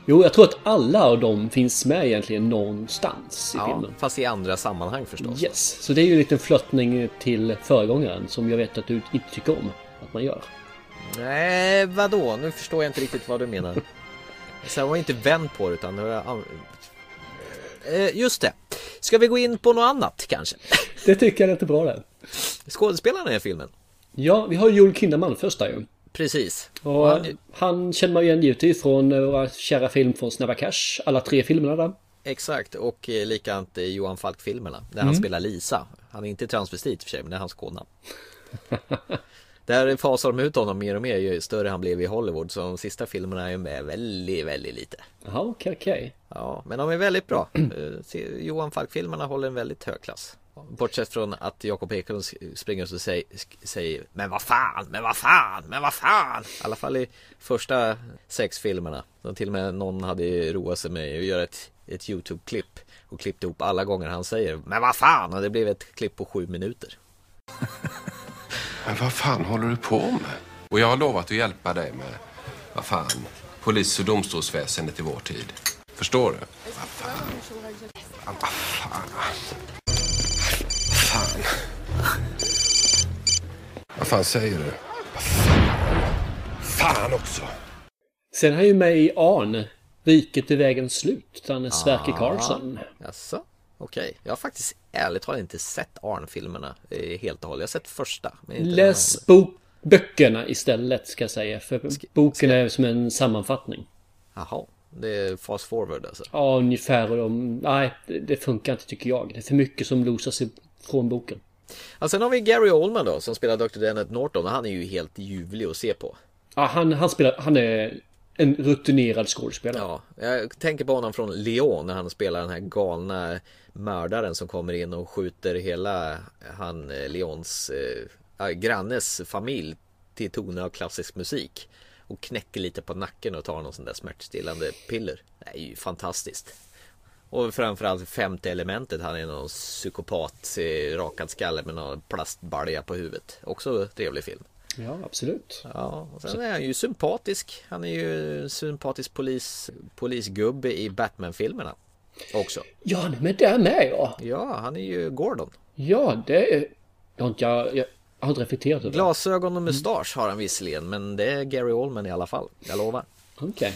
A: Jo, jag tror att alla av dem finns med egentligen någonstans i
I: Ja,
A: filmen.
I: fast i andra sammanhang förstås.
A: Yes, så det är ju en liten flörtning till föregångaren som jag vet att du inte tycker om att man gör.
I: Nej, vadå? Nu förstår jag inte riktigt vad du menar. Så jag var inte vänd på det utan... det var- Eh, Just det. Ska vi gå in på något annat kanske?
A: Det tycker jag är inte bra det.
I: Skådespelarna i den här filmen.
A: Ja, vi har Joel Kinnaman först där ju.
I: Precis.
A: Och
I: han-
A: han känner man ju igen givetvis från eh, våra kära film från Snabba Cash. Alla tre filmerna där.
I: Exakt. Och eh, likadant i Johan Falk-filmerna. Där han spelar Lisa. Han är inte transvestit i och för sig, men det är hans kodnamn. Där fasar de ut honom mer och mer ju större han blev i Hollywood. Så de sista filmerna är med väldigt, väldigt lite.
A: Jaha, okej, okej.
I: Ja, men de är väldigt bra. Eh, se- Johan Falk-filmerna håller en väldigt hög klass. Bortsett från att Jakob Eklund sk- springer och så säger, sk- säger Men vad fan, men vad fan, men vad fan! I alla fall i första sex filmerna. Och till och med någon hade ju roat sig med att göra ett, ett YouTube-klipp och klippte ihop alla gånger han säger Men vad fan! Och det blev ett klipp på sju minuter.
F: Men vad fan håller du på med? Och jag har lovat att hjälpa dig med, vad fan, polis och domstolsväsendet i vår tid. Förstår du? Vad fan? Ja, Vad fan? Fan. Vad fan säger du? Vad fan? Fan också!
A: Sen är han ju med i Arn. Riket i vägens slut. Där han är Sverker Karlsson.
I: Jaså? Okej. Jag har faktiskt ärligt talat inte sett Arn-filmerna eh, helt och hållet. Jag har sett första. Men inte den andra.
A: Läs bok- böckerna istället ska jag säga. För boken är som en sammanfattning.
I: Jaha, det är fast forward alltså.
A: Ja, ungefär. Och de, nej, det, det funkar inte tycker jag. Det är för mycket som losas från boken.
I: Ja, Alltså, sen har vi Gary Oldman då som spelar Dr. Dennett Norton och han är ju helt ljuvlig att se på.
A: Ja, Ah, han, han, spelar, han är en rutinerad skådespelare.
I: Ja, jag tänker på honom från Leon när han spelar den här galna mördaren som kommer in och skjuter hela han eh, Leons eh, ja, grannes familj till toner av klassisk musik. Och knäcker lite på nacken och tar någon sån där smärtstillande piller. Det är ju fantastiskt. Och framförallt femte elementet, han är någon psykopat, eh, rakad skalle med någon plastbalja på huvudet. Också trevlig film.
J: Ja, absolut.
I: Ja, och sen är han ju sympatisk. Han är ju sympatisk polis, polisgubbe i Batman-filmerna också.
J: Ja, men där med ja.
I: Ja, han är ju Gordon.
J: Ja, det är... Jag har inte, jag, jag har inte reflekterat över det.
I: Glasögon
J: Mm.
I: och mustasch har han visserligen, men det är Gary Oldman i alla fall. Jag lovar.
J: Okej.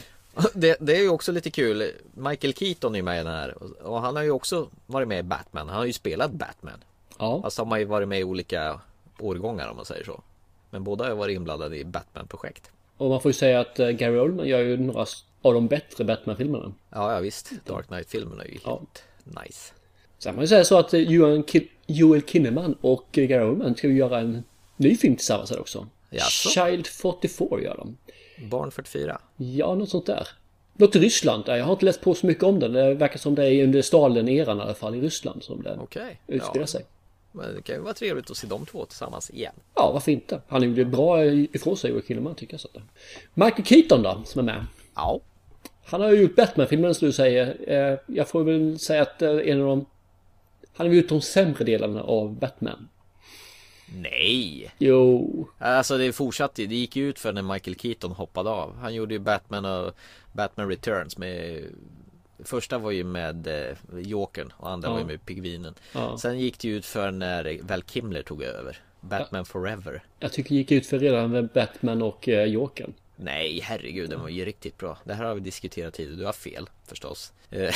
I: Det, det är ju också lite kul. Michael Keaton är med i den här och- och han har ju också varit med i Batman. Han har ju spelat Batman.
J: Ja.
I: Fast de har ju varit med i olika årgångar om man säger så. Men båda har ju varit inblandade i Batman-projekt.
J: Och man får ju säga att eh, Gary Oldman gör ju några av de bättre Batman-filmerna.
I: Ja, ja visst. Dark Knight-filmerna är ju helt
J: Ja.
I: nice.
J: Sen får man ju säga så att eh, Johan Ki- Joel Kinnaman och eh, Gary Oldman ska ju göra en ny film tillsammans här också.
I: Jaså?
J: Child 44 gör de.
I: Barn 44.
J: Ja, något sånt där. Något i Ryssland. där. Jag har inte läst på så mycket om den. Det verkar som det är under Stalin-eran i alla fall i Ryssland som den
I: Okej.
J: utspelar
I: Ja,
J: sig.
I: men det kan ju vara trevligt att se de två tillsammans igen.
J: Ja, varför inte? Han gjorde bra ifrån sig, Joel Kinnaman, tycker jag. Så. att- Michael Keaton då, som är med.
I: Ja.
J: Han har ju gjort Batman-filmen som du säger. Eh, Jag får väl säga att eh, en av de... Han har ju gjort de sämre delarna av Batman.
I: Nej!
J: Jo,
I: Alltså det fortsatte, det gick ju ut för när Michael Keaton hoppade av. Han gjorde ju Batman och Batman Returns med Första var ju med eh, Jokern och andra var ju med Pingvinen.
J: Ja.
I: Sen gick det ju ut för när eh, Val Kimler tog över. Batman Forever.
J: jag tycker det gick ut för redan med Batman och eh, Jokern.
I: Nej herregud, den var ju riktigt bra. Det här har vi diskuterat tidigare, du har fel förstås. Eh,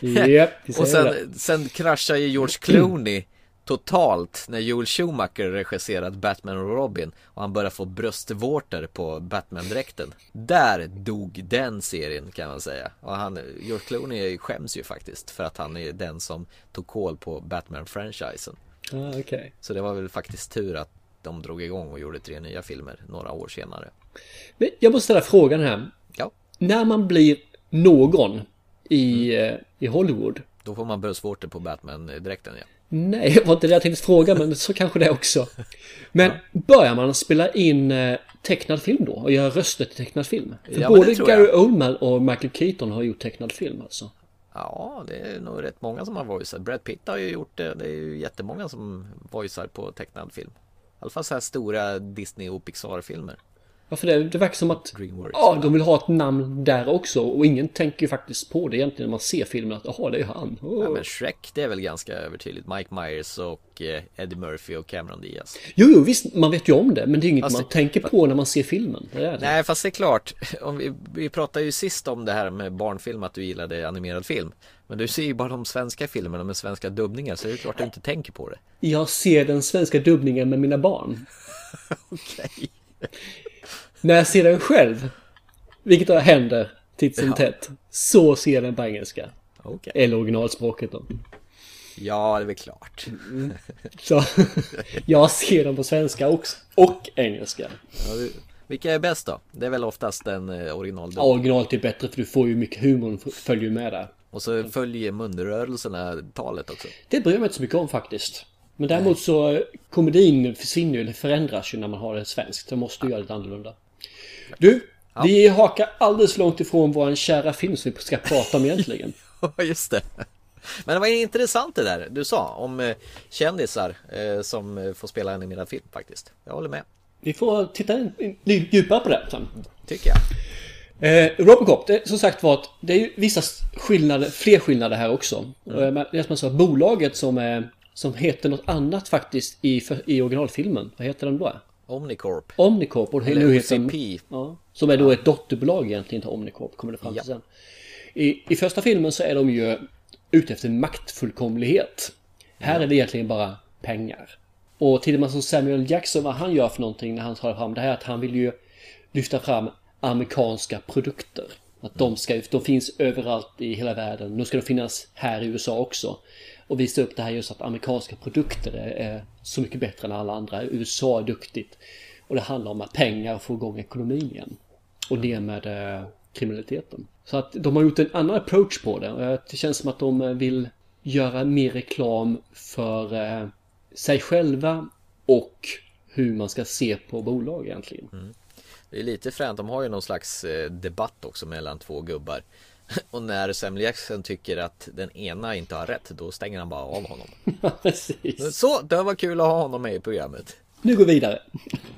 J: Japp, vi säger
I: Och
J: det.
I: sen, sen kraschar ju George Clooney totalt när Joel Schumacher regisserat Batman och Robin och han börjar få bröstvårtor på Batman-dräkten. Där dog den serien kan man säga. Och han, George Clooney skäms ju faktiskt för att han är den som tog koll på Batman-franchisen.
J: Ah, Okej.
I: Så det var väl faktiskt tur att de drog igång och gjorde tre nya filmer några år senare.
J: Men jag måste ställa frågan här.
I: Ja,
J: När man blir någon i, eh, i Hollywood.
I: då får man bröstvårtor på Batman-dräkten ja.
J: Nej, det var inte det jag tänkte fråga, men så kanske det också. Men börjar man spela in eh, tecknad film då och göra röster till tecknad film? För
I: Ja, men
J: både
I: det tror
J: Gary
I: jag.
J: Oldman och Michael Keaton har gjort tecknad film alltså.
I: Ja, det är nog rätt många som har voiceat. Brad Pitt har ju gjort det. Det är ju jättemånga som voicear på tecknad film. I alla fall så här stora Disney och Pixar-filmer.
J: Varför det? Det verkar som att
I: Dreamworks.
J: ja, de vill ha ett namn där också och ingen tänker ju faktiskt på det egentligen när man ser filmen att jaha, det är ju han. Oh.
I: Ja, men Shrek, det är väl ganska övertydligt. Mike Myers och eh, Eddie Murphy och Cameron Diaz.
J: Jo, jo, visst, man vet ju om det, men det är inget
I: Alltså,
J: man tänker på när man ser filmen. Det är det.
I: Nej, fast det är klart. Om vi, vi pratade ju sist om det här med barnfilm, att du gillade animerad film. Men du ser ju bara de svenska filmerna med svenska dubbningar, så det är klart att du inte tänker på det.
J: Jag ser den svenska dubbningen med mina barn. När jag ser den själv, vilket händer titt som tätt, så ser jag den på engelska.
I: Okej.
J: Eller originalspråket då.
I: Ja, det är väl klart.
J: Så jag ser den på svenska också. Och engelska.
I: Vilka är bäst då? Det är väl oftast den eh,
J: Ja,
I: originaldubbningen.
J: Originalet är bättre för du får ju mycket humor följer ju med där.
I: Och så följer munrörelserna talet också.
J: Det bryr jag mig inte så mycket om faktiskt. Men däremot så eh, komedin försvinner ju, eller förändras ju när man har det svenskt. Det måste ju göra lite annorlunda. Du, vi hakar alldeles långt ifrån vår kära film som vi ska prata om egentligen.
I: Ja, just det. Men det var intressant det där du sa om eh, kändisar eh, som eh, får spela animerad film faktiskt. Jag håller med,
J: Vi får titta in, in, djupare på det sen.
I: tycker jag.
J: Eh, Robocop, det, är som sagt var att det är ju vissa skillnader, fler skillnader här också. Eh, men Det är som jag sa, bolaget som, eh, som heter något annat faktiskt i, för, i originalfilmen. Vad heter den då?
I: Omnicorp.
J: Omnicorp. Och
I: Eller
J: nu heter den-
I: OCP.
J: Ja, som är då ett dotterbolag egentligen till Omnicorp, kommer det fram till
I: Ja.
J: sen. I, I första filmen så är de ju ute efter maktfullkomlighet. Här är det egentligen bara pengar. Och till och med som Samuel Jackson, vad han gör för någonting när han tar fram det här, att han vill ju lyfta fram amerikanska produkter. Att de, ska, de finns överallt i hela världen. Nu ska de finnas här i USA också. Och visa upp det här just att amerikanska produkter är, är så mycket bättre än alla andra. USA är duktigt. Och det handlar om att pengar får igång ekonomin igen. Och det med eh, kriminaliteten. Så att de har gjort en annan approach på det. Och jag- Det känns som att de eh, vill göra mer reklam för eh, sig själva och hur man ska se på bolag egentligen.
I: Det är lite fränt, de har ju någon slags eh, debatt också mellan två gubbar. Och när Samuel Jackson tycker att den ena inte har rätt, då stänger han bara av honom.
J: Precis.
I: Så, det var kul att ha honom med i programmet.
J: nu går vi vidare.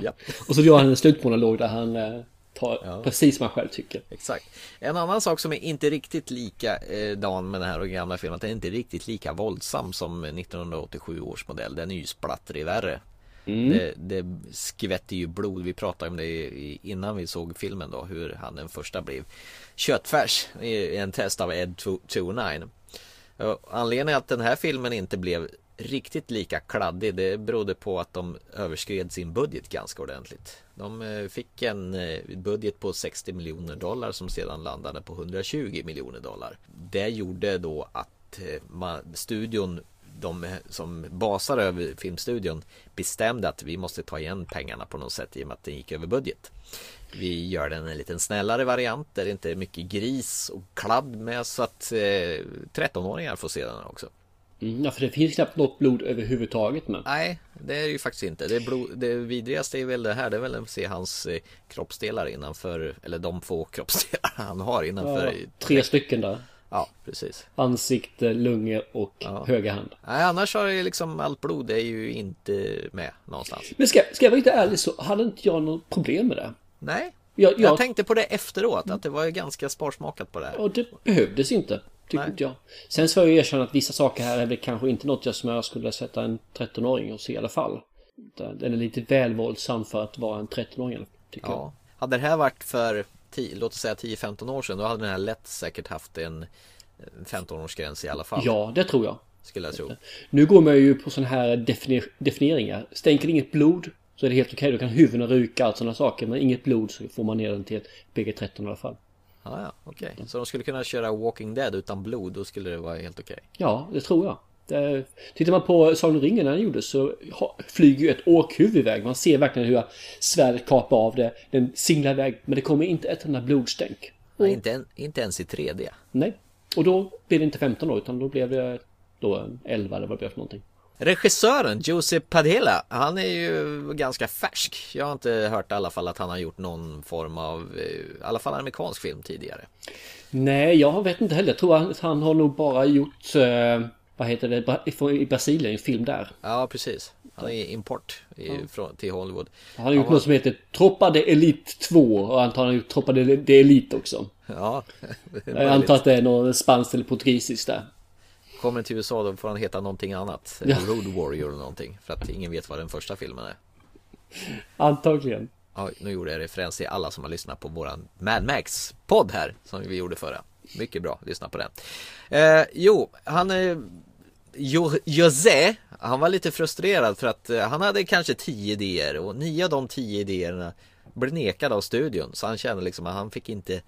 I: Ja.
J: Och så gör han en slutmonolog där han eh, tar
I: Ja.
J: precis vad han själv tycker.
I: Exakt. En annan sak som är inte riktigt lika eh, dan med den här gamla filmen, att den är inte riktigt lika våldsam som 1987 års modell. Den är ju splattrig värre. Det, det skvätter ju blod. Vi pratade om det i- i- innan vi såg filmen då, hur han den första blev köttfärs i en test av Ed 29. Ja, Anledningen att den här filmen inte blev riktigt lika kladdig det berodde på att de överskred sin budget ganska ordentligt. De eh, fick en eh, budget på 60 miljoner dollar som sedan landade på 120 miljoner dollar. Det gjorde då att eh, man, studion de som basar över filmstudion bestämde att vi måste ta igen pengarna på något sätt i och med att den gick över budget. Vi gör den en liten snällare variant där det inte är mycket gris och kladd med så att eh, 13-åringar får se den också.
J: Mm, ja, för det finns knappt något blod överhuvudtaget men.
I: Nej, det är det ju faktiskt inte. Det, är blod, det vidrigaste är väl det här. Det är väl att se hans eh, kroppsdelar innanför, eller de få kroppsdelar han har innanför.
J: Ja, tre stycken där.
I: ja precis.
J: Ansikte, lungor och höga hand.
I: Nej, annars har det ju liksom allt blod är ju inte med någonstans.
J: Men ska, ska jag vara lite ärlig så hade inte jag något problem med det.
I: Nej,
J: Jag, jag,
I: jag tänkte på det efteråt, att det var ju ganska sparsmakat på det här.
J: Och det behövdes inte, tyckte
I: Nej.
J: inte jag. Sen så får jag ju erkänna att vissa saker här är väl kanske inte något jag som jag skulle sätta en 13-åring och se i alla fall. Utan Den är lite väl våldsam för att vara en 13-åring, tycker jag.
I: Ja. Hade det här varit för 10, låt oss säga 10-15 år sedan, då hade den här lätt säkert haft en en 15-årsgräns i alla fall.
J: Ja, det tror jag.
I: Skulle jag tro.
J: Nu går man ju på sådana här defini- definieringar. Stänker inget blod så är det helt okej. Då kan huvudena ryka och allt sådana saker. Men inget blod så får man ner den till ett PG-13 i alla fall.
I: Ja, ja, okej. Så de skulle kunna köra Walking Dead utan blod, då skulle det vara helt okej.
J: Ja, det tror jag. Det, tittar man på Sagan om ringen när den gjordes så ha, flyger ju ett åkhuvud iväg. Man ser verkligen hur svärdet kapar av det. Den singlar iväg, men det kommer inte ett enda blodstänk.
I: Nej, inte, en, inte ens i 3D.
J: Nej. Och då blev det inte 15 år, utan då blev det då 11 eller vad det blev för någonting.
I: Regissören Josep Padilla, han är ju ganska färsk. Jag har inte hört i alla fall att han har gjort någon form av, eh, i alla fall amerikansk film tidigare.
J: Nej, jag vet inte heller. Jag tror att han har nog bara gjort, eh, vad heter det, Bra- ifrån- i Brasilien, en film där.
I: Ja, precis. Han är import i, från, till Hollywood.
J: Han har gjort något som heter Troppa de Elite 2 och antar han har gjort Troppa de de Elite också.
I: Ja, det är
J: Jag
I: möjligt.
J: antar att det är någon spansk eller portugisisk där.
I: Kommer till USA då får han heta någonting annat. Road Warrior eller någonting. För att ingen vet vad den första filmen är.
J: Antagligen.
I: Ja, nu gjorde jag referens till alla som har lyssnat på våran Mad Max-podd här som vi gjorde förra. Mycket bra, lyssna på den. Eh, jo, han eh, jo, José, han var lite frustrerad för att eh, han hade kanske 10 idéer och nio av de 10 idéerna blev nekade av studion. Så han kände liksom att han fick inte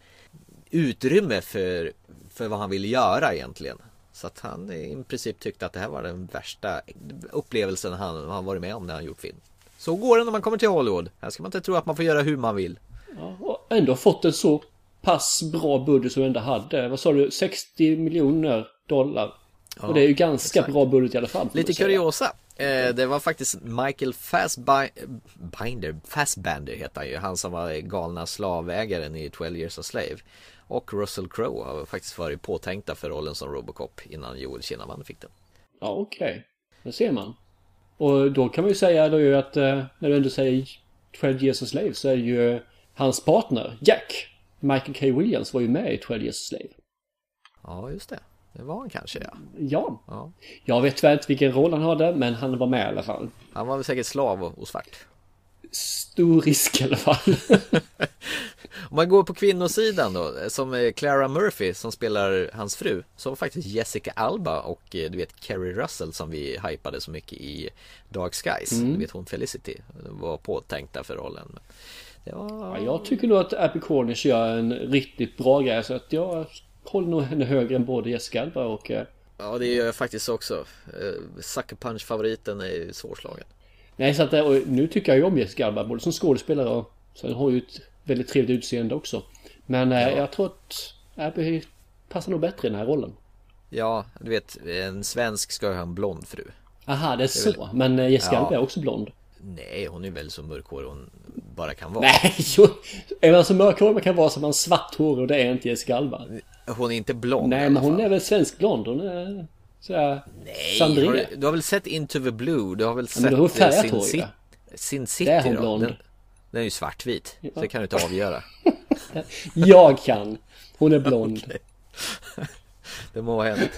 I: utrymme för, för vad han ville göra egentligen. Så att han i princip tyckte att det här var den värsta upplevelsen han har varit med om när han gjort film. Så går det när man kommer till Hollywood. Här ska man inte tro att man får göra hur man vill.
J: Ja, och ändå fått en så pass bra budget som vi ändå hade. Vad sa du? 60 miljoner dollar. och det är ju ganska bra budget i alla fall. får man
I: Lite
J: säga.
I: kuriosa. Eh, det var faktiskt Michael Fassbinder, Fassbander heter han ju, han som var galna slavägaren i 12 years a slave. Och Russell Crowe har faktiskt varit påtänkta för rollen som Robocop innan Joel Kinnaman fick den.
J: Ja, okej. Det ser man. Och då kan man ju säga då ju att eh, när du ändå säger 12 years a slave så är ju eh, hans partner Jack, Michael K. Williams, var ju med i 12 years a slave.
I: Ja, just det. Det var han kanske ja.
J: Ja.
I: Ja.
J: Jag vet tyvärr inte vilken roll han hade, men han var med i alla fall.
I: Han var väl säkert slav och, och svart.
J: Stor risk i alla fall.
I: Om man går på kvinnosidan då, som eh, Clara Murphy som spelar hans fru, så var faktiskt Jessica Alba och eh, du vet Kerry Russell som vi hypade så mycket i Dark Skies,
J: Mm.
I: du vet hon Felicity, var påtänkta för rollen. Det var...
J: Ja, jag tycker nog att Abby Cornish gör en riktigt bra grej så att jag håller nog henne högre än både Jessica Alba och... eh,
I: Ja, det gör jag faktiskt också. Eh, Sucker Punch-favoriten är ju svårslagen.
J: Nej, så att eh, och nu tycker jag ju om Jessica Alba både som skådespelare och sen har ju ett väldigt trevligt utseende också. Men eh, jag tror att Abby passar nog bättre i den här rollen.
I: Ja, du vet, en svensk ska ju ha en blond fru.
J: Aha, det är så. Men eh, Jessica Alba är också blond.
I: Nej, hon är väl så mörkhårig hon bara kan vara.
J: Nej, jo. Är man så mörkhårig man kan vara så är man svarthårig och det är Alltså. inte Jessica Alba.
I: Hon är inte blond i
J: Nej, men
I: alla
J: hon
I: fall.
J: är väl svenskblond. Hon är sådär... Nej,
I: Nej, har du, du har väl sett Into the Blue? Du har väl sett
J: men då har hon
I: eh,
J: färgat
I: Sin
J: hår ju.
I: City? Sin
J: Där är
I: City
J: hon
I: då?
J: blond.
I: Den, den är ju svartvit. Så det kan du inte avgöra.
J: Jag kan. Hon är blond.
I: Det må vara hänt.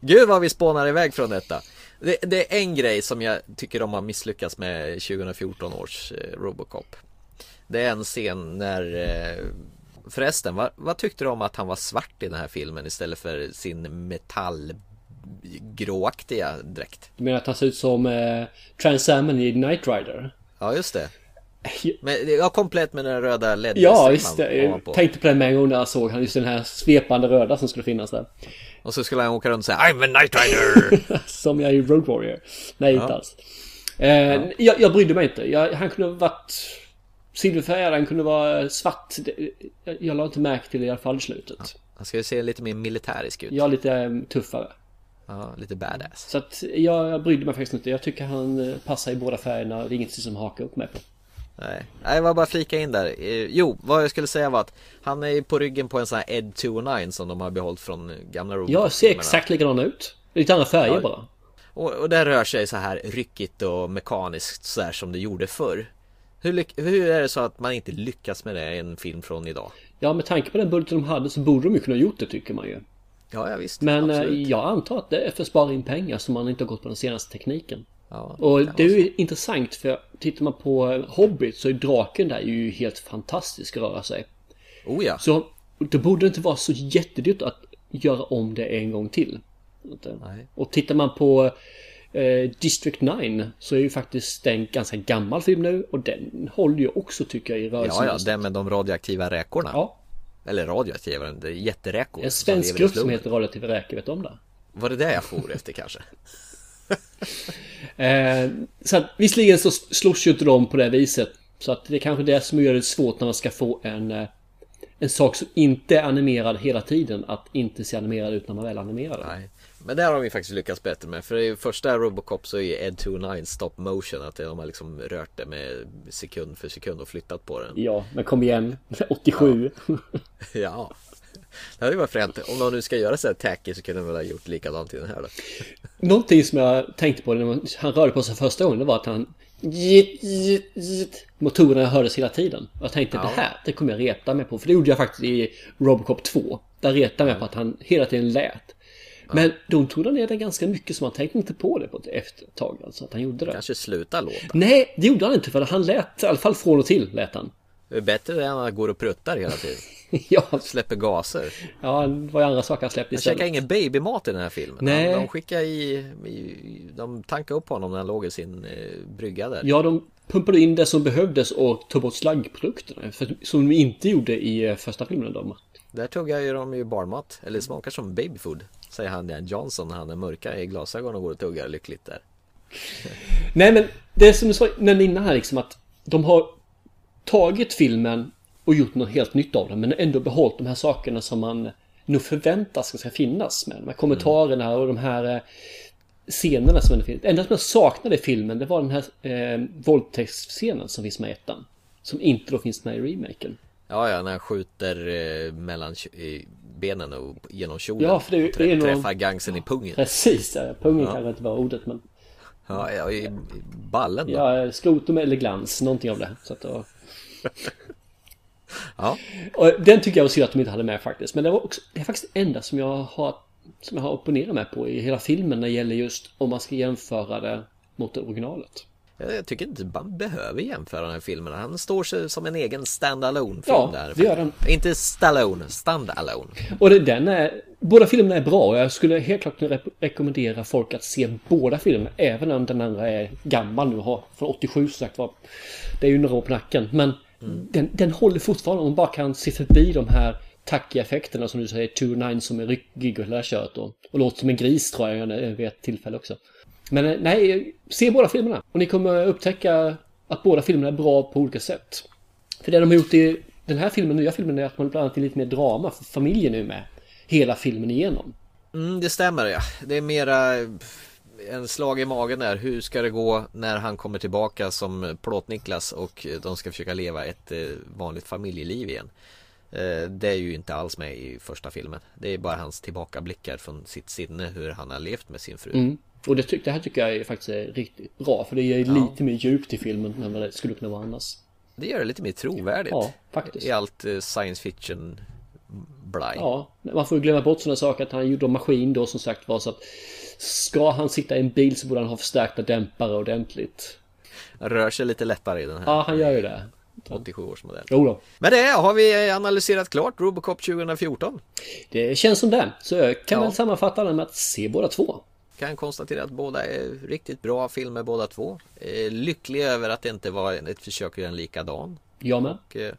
I: Gud vad vi spånar iväg från detta. Det, det är en grej som jag tycker de har misslyckats med 2014 års eh, Robocop. Det är en scen när eh, Förresten, vad, vad tyckte du om att han var svart i den här filmen istället för sin metallgråaktiga dräkt?
J: Du menar att han ser ut som eh, Trans Am i Knight Rider?
I: Ja, just det. Men jag komplett med den röda led
J: Ja, just det. Jag tänkte på det med en gång när jag såg han. Just den här svepande röda som skulle finnas där.
I: Och så skulle han åka runt och säga I'm a night rider!
J: Som jag är i Road Warrior. Nej, inte alls. Eh, jag, jag brydde mig inte. Jag, han kunde ha varit silverfärgad, han kunde vara svart. Det- Jag, jag la inte märke till det i alla fall i slutet.
I: Han ska ju se lite mer militärisk ut.
J: Jag är lite eh, tuffare.
I: Ja, lite badass.
J: Så att jag, jag brydde mig faktiskt inte. Jag tycker han eh, passar i båda färgerna. Det är inget som hakar upp mig på.
I: Nej, Nej, jag var bara flika in där. Eh, Jo, vad jag skulle säga var att han är ju på ryggen på en sån här Ed 209 som de har behållit från gamla Robocop.
J: Jag ser exakt likadan ut. Lite andra färger
I: Ja.
J: bara.
I: Och, och det rör sig så här ryckigt och mekaniskt så här som det gjorde förr. Hur, lyck- hur är det så att man inte lyckas med det i en film från idag?
J: Ja, med tanke på den budgeten de hade så borde de ju kunna gjort det tycker man ju.
I: Ja, ja visst.
J: Men eh,
I: absolut.
J: jag antar att det är för att spara in pengar som man inte har gått på den senaste tekniken.
I: Ja,
J: Och
I: kan vara
J: det är ju intressant för tittar man på eh, Hobbit så är draken där ju helt fantastisk att röra sig.
I: så. Oh ja.
J: Så det borde inte vara så jättedyrt att göra om det en gång till. Inte?
I: Nej.
J: Och tittar man på eh, District 9 så är ju faktiskt den ganska gammal film nu och den håller ju också tycker jag i
I: Ja,
J: rörelsen.
I: ja, den med de radioaktiva räkorna.
J: ja.
I: Eller radioaktiva, det är jätteräkor.
J: En
I: som
J: svensk
I: lever i
J: grupp som
I: slummen.
J: heter Radioaktiva Räkor, vet du om det?
I: Var det det jag for efter kanske?
J: Eh, så att, visserligen så slåss ju inte de på det viset. Så att det är kanske det som gör det svårt när man ska få en, eh, en sak som inte är animerad hela tiden. Att inte se animerad ut när man väl animerar den.
I: Nej, men där har de ju faktiskt lyckats bättre med. För i första Robocop så är ju Ed 209 stop motion. Att de har liksom rört det med sekund för sekund och flyttat på den.
J: Ja, men kom igen. 87.
I: ja. Det hade ju varit fränt. Om de nu ska göra så här tacky så kunde de väl ha gjort likadant i den här då.
J: Någonting som jag tänkte på när man- han rörde på sig första gången det var att han... Jit, jit, jit. Motorerna hördes hela tiden. Och jag tänkte det här, det kommer jag reta mig på. För det gjorde jag faktiskt i Robocop 2. Där retade jag mig på att han hela tiden lät. Men de tog ner det ganska mycket så man tänkte inte på det på ett efter ett tag. Alltså att han gjorde det.
I: Kanske sluta låta.
J: Nej, det gjorde han inte för han lät i alla fall från och till lät han.
I: Det är bättre än att han går och pruttar hela tiden.
J: ja,
I: Släpper gaser.
J: ja, det var ju andra saker han släppte
I: Han käkar
J: istället.
I: ingen babymat i den här filmen.
J: Nej.
I: Han- De skickar i, i... De tankar upp honom när han låg i sin eh, brygga där.
J: Ja, de pumpade in det som behövdes och tog bort slaggprodukterna. För, som de inte gjorde i eh, första filmen. De.
I: Där tuggar ju de ju barnmat,
J: Mm.
I: eller smakar som babyfood Säger han Dan Johnson när han är mörka i glasögon och går och tuggar lyckligt där
J: Nej men det är som du sa innan innan här liksom att de har tagit filmen och gjort något helt nytt av den men ändå behållit de här sakerna som man nog förväntas ska- ska finnas med. De här kommentarerna och de här eh, scenerna som ändå finns. Det enda som jag saknade i filmen det var den här eh, våldtäktsscenen som finns med i ettan. Som inte då finns med i remaken.
I: Ja, ja, när han skjuter eh, mellan kj- i benen och genom kjolen
J: Ja, för det är ju- det är nog-
I: Träffar gangsen i pungen
J: Precis, eh, pungen kanske inte var ordet men
I: Ja, ja i, i ballen då ja.
J: ja, eh, skrotum eller glans, någonting av det. Så att, det var-
I: Ja.
J: Och den tycker jag var synd att de inte hade med faktiskt. Men det, var också, det är faktiskt det enda som jag har som jag har opponerat mig på i hela filmen när det gäller just om man ska jämföra det mot det originalet.
I: Jag tycker inte man behöver jämföra den här filmen Han står sig som en egen standalone film
J: Ja,
I: där
J: det gör den.
I: Inte Stallone, standalone
J: Och det, den är, båda filmerna är bra och jag skulle helt klart kunna re- rekommendera folk att se båda filmerna. Även om den andra är gammal nu och har från 87 som sagt var. Det är ju några år på nacken. Men den, den håller fortfarande om man bara kan se förbi de här tackiga effekterna som du säger. 2-9 som är ryckig och hela köret och, och låter som en gris tror jag jag vid ett tillfälle också. Men eh, nej, se båda filmerna. Och ni kommer upptäcka att båda filmerna är bra på olika sätt. För det de har gjort i den här filmen, nya filmen, är att man bland annat är lite mer drama, för familjen är ju med hela filmen igenom.
I: Mm, det stämmer ja. Det är mera eh, en slag i magen där. Hur ska det gå när han kommer tillbaka som Plåt-Niklas och eh, de ska försöka leva ett eh, vanligt familjeliv igen. Eh, Det är ju inte alls
A: Mm.
I: med i första filmen. Det är bara hans tillbakablickar från sitt sinne hur han har levt med sin fru.
A: Och det, ty- det här tycker jag är faktiskt är riktigt bra för det ger lite mer djup till filmen än vad det skulle kunna vara annars.
I: Det gör det lite mer trovärdigt.
A: Ja, faktiskt.
I: I allt eh, science fiction blaj.
A: Ja, man får ju glömma bort sådana saker att han gjorde en maskin då som sagt var så att ska han sitta i en bil så borde han ha förstärkta dämpare ordentligt.
I: Han Rör sig lite lättare i den här
A: Ja, han gör ju det.
I: 87 års modell.
A: Jo då.
I: Men det har vi analyserat klart Robocop 2014.
A: Det känns som det. Så jag kan väl sammanfatta den med att se båda två.
I: Kan konstatera att båda är riktigt bra filmer båda två. Eh, Lycklig över att det inte var ett försök att göra en likadan.
A: Jag med.
I: Och, eh,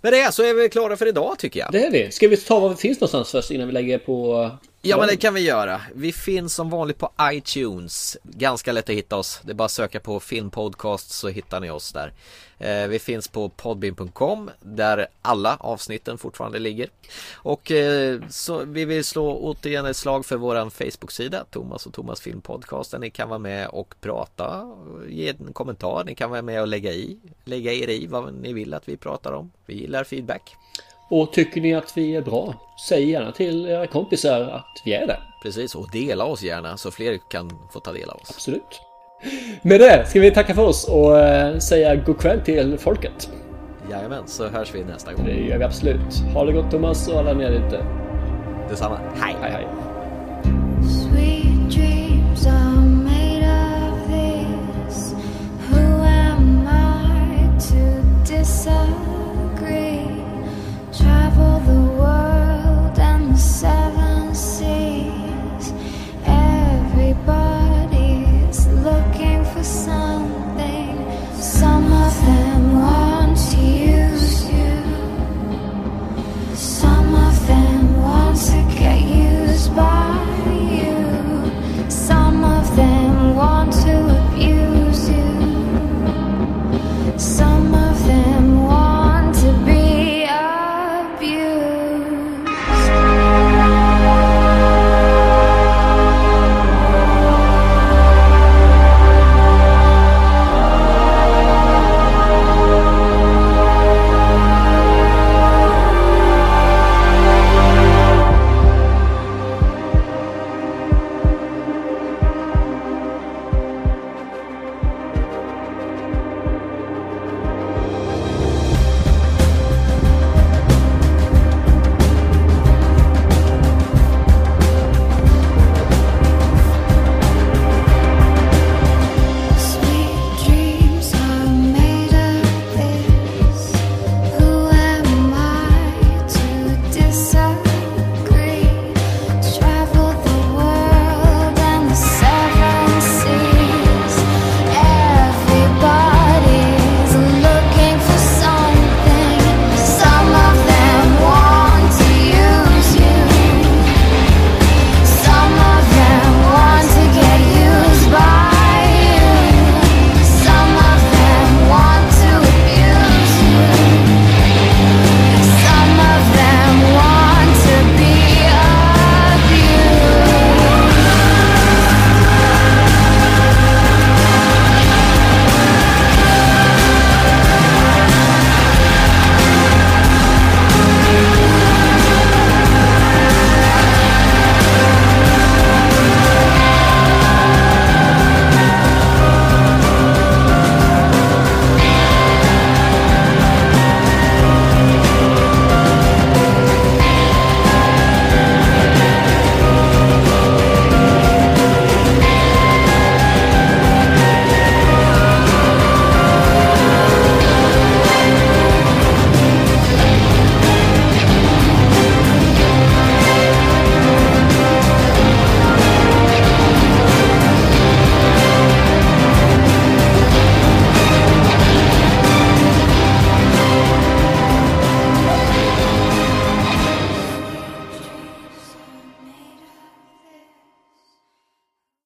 I: Med det så är vi klara för idag tycker jag.
A: Det är vi. Ska vi ta vad vi finns någonstans först innan vi lägger på...
I: Ja men det kan vi göra. Vi finns som vanligt på iTunes. Ganska lätt att hitta oss. Det är bara att söka på filmpodcast så hittar ni oss där. Eh, Vi finns på podbean.com där alla avsnitten fortfarande ligger. Och eh, så vi vill slå återigen ett slag för våran Facebook-sida Thomas och Thomas filmpodcast där ni kan vara med och prata. och Ge en kommentar. Ni kan vara med och lägga i. Lägga er i vad ni vill att vi pratar om. Vi gillar feedback.
A: Och tycker ni att vi är bra, säg gärna till era kompisar att vi är det.
I: Precis, och dela oss gärna så fler kan få ta del av oss.
A: Absolut. Med det ska vi tacka för oss och eh, säga god kväll till folket.
I: Jajamän, så hörs vi nästa
A: Det
I: gång.
A: gör vi absolut. Ha det gott Thomas och alla ni där ute.
I: Detsamma. Hej!
A: Hej hej.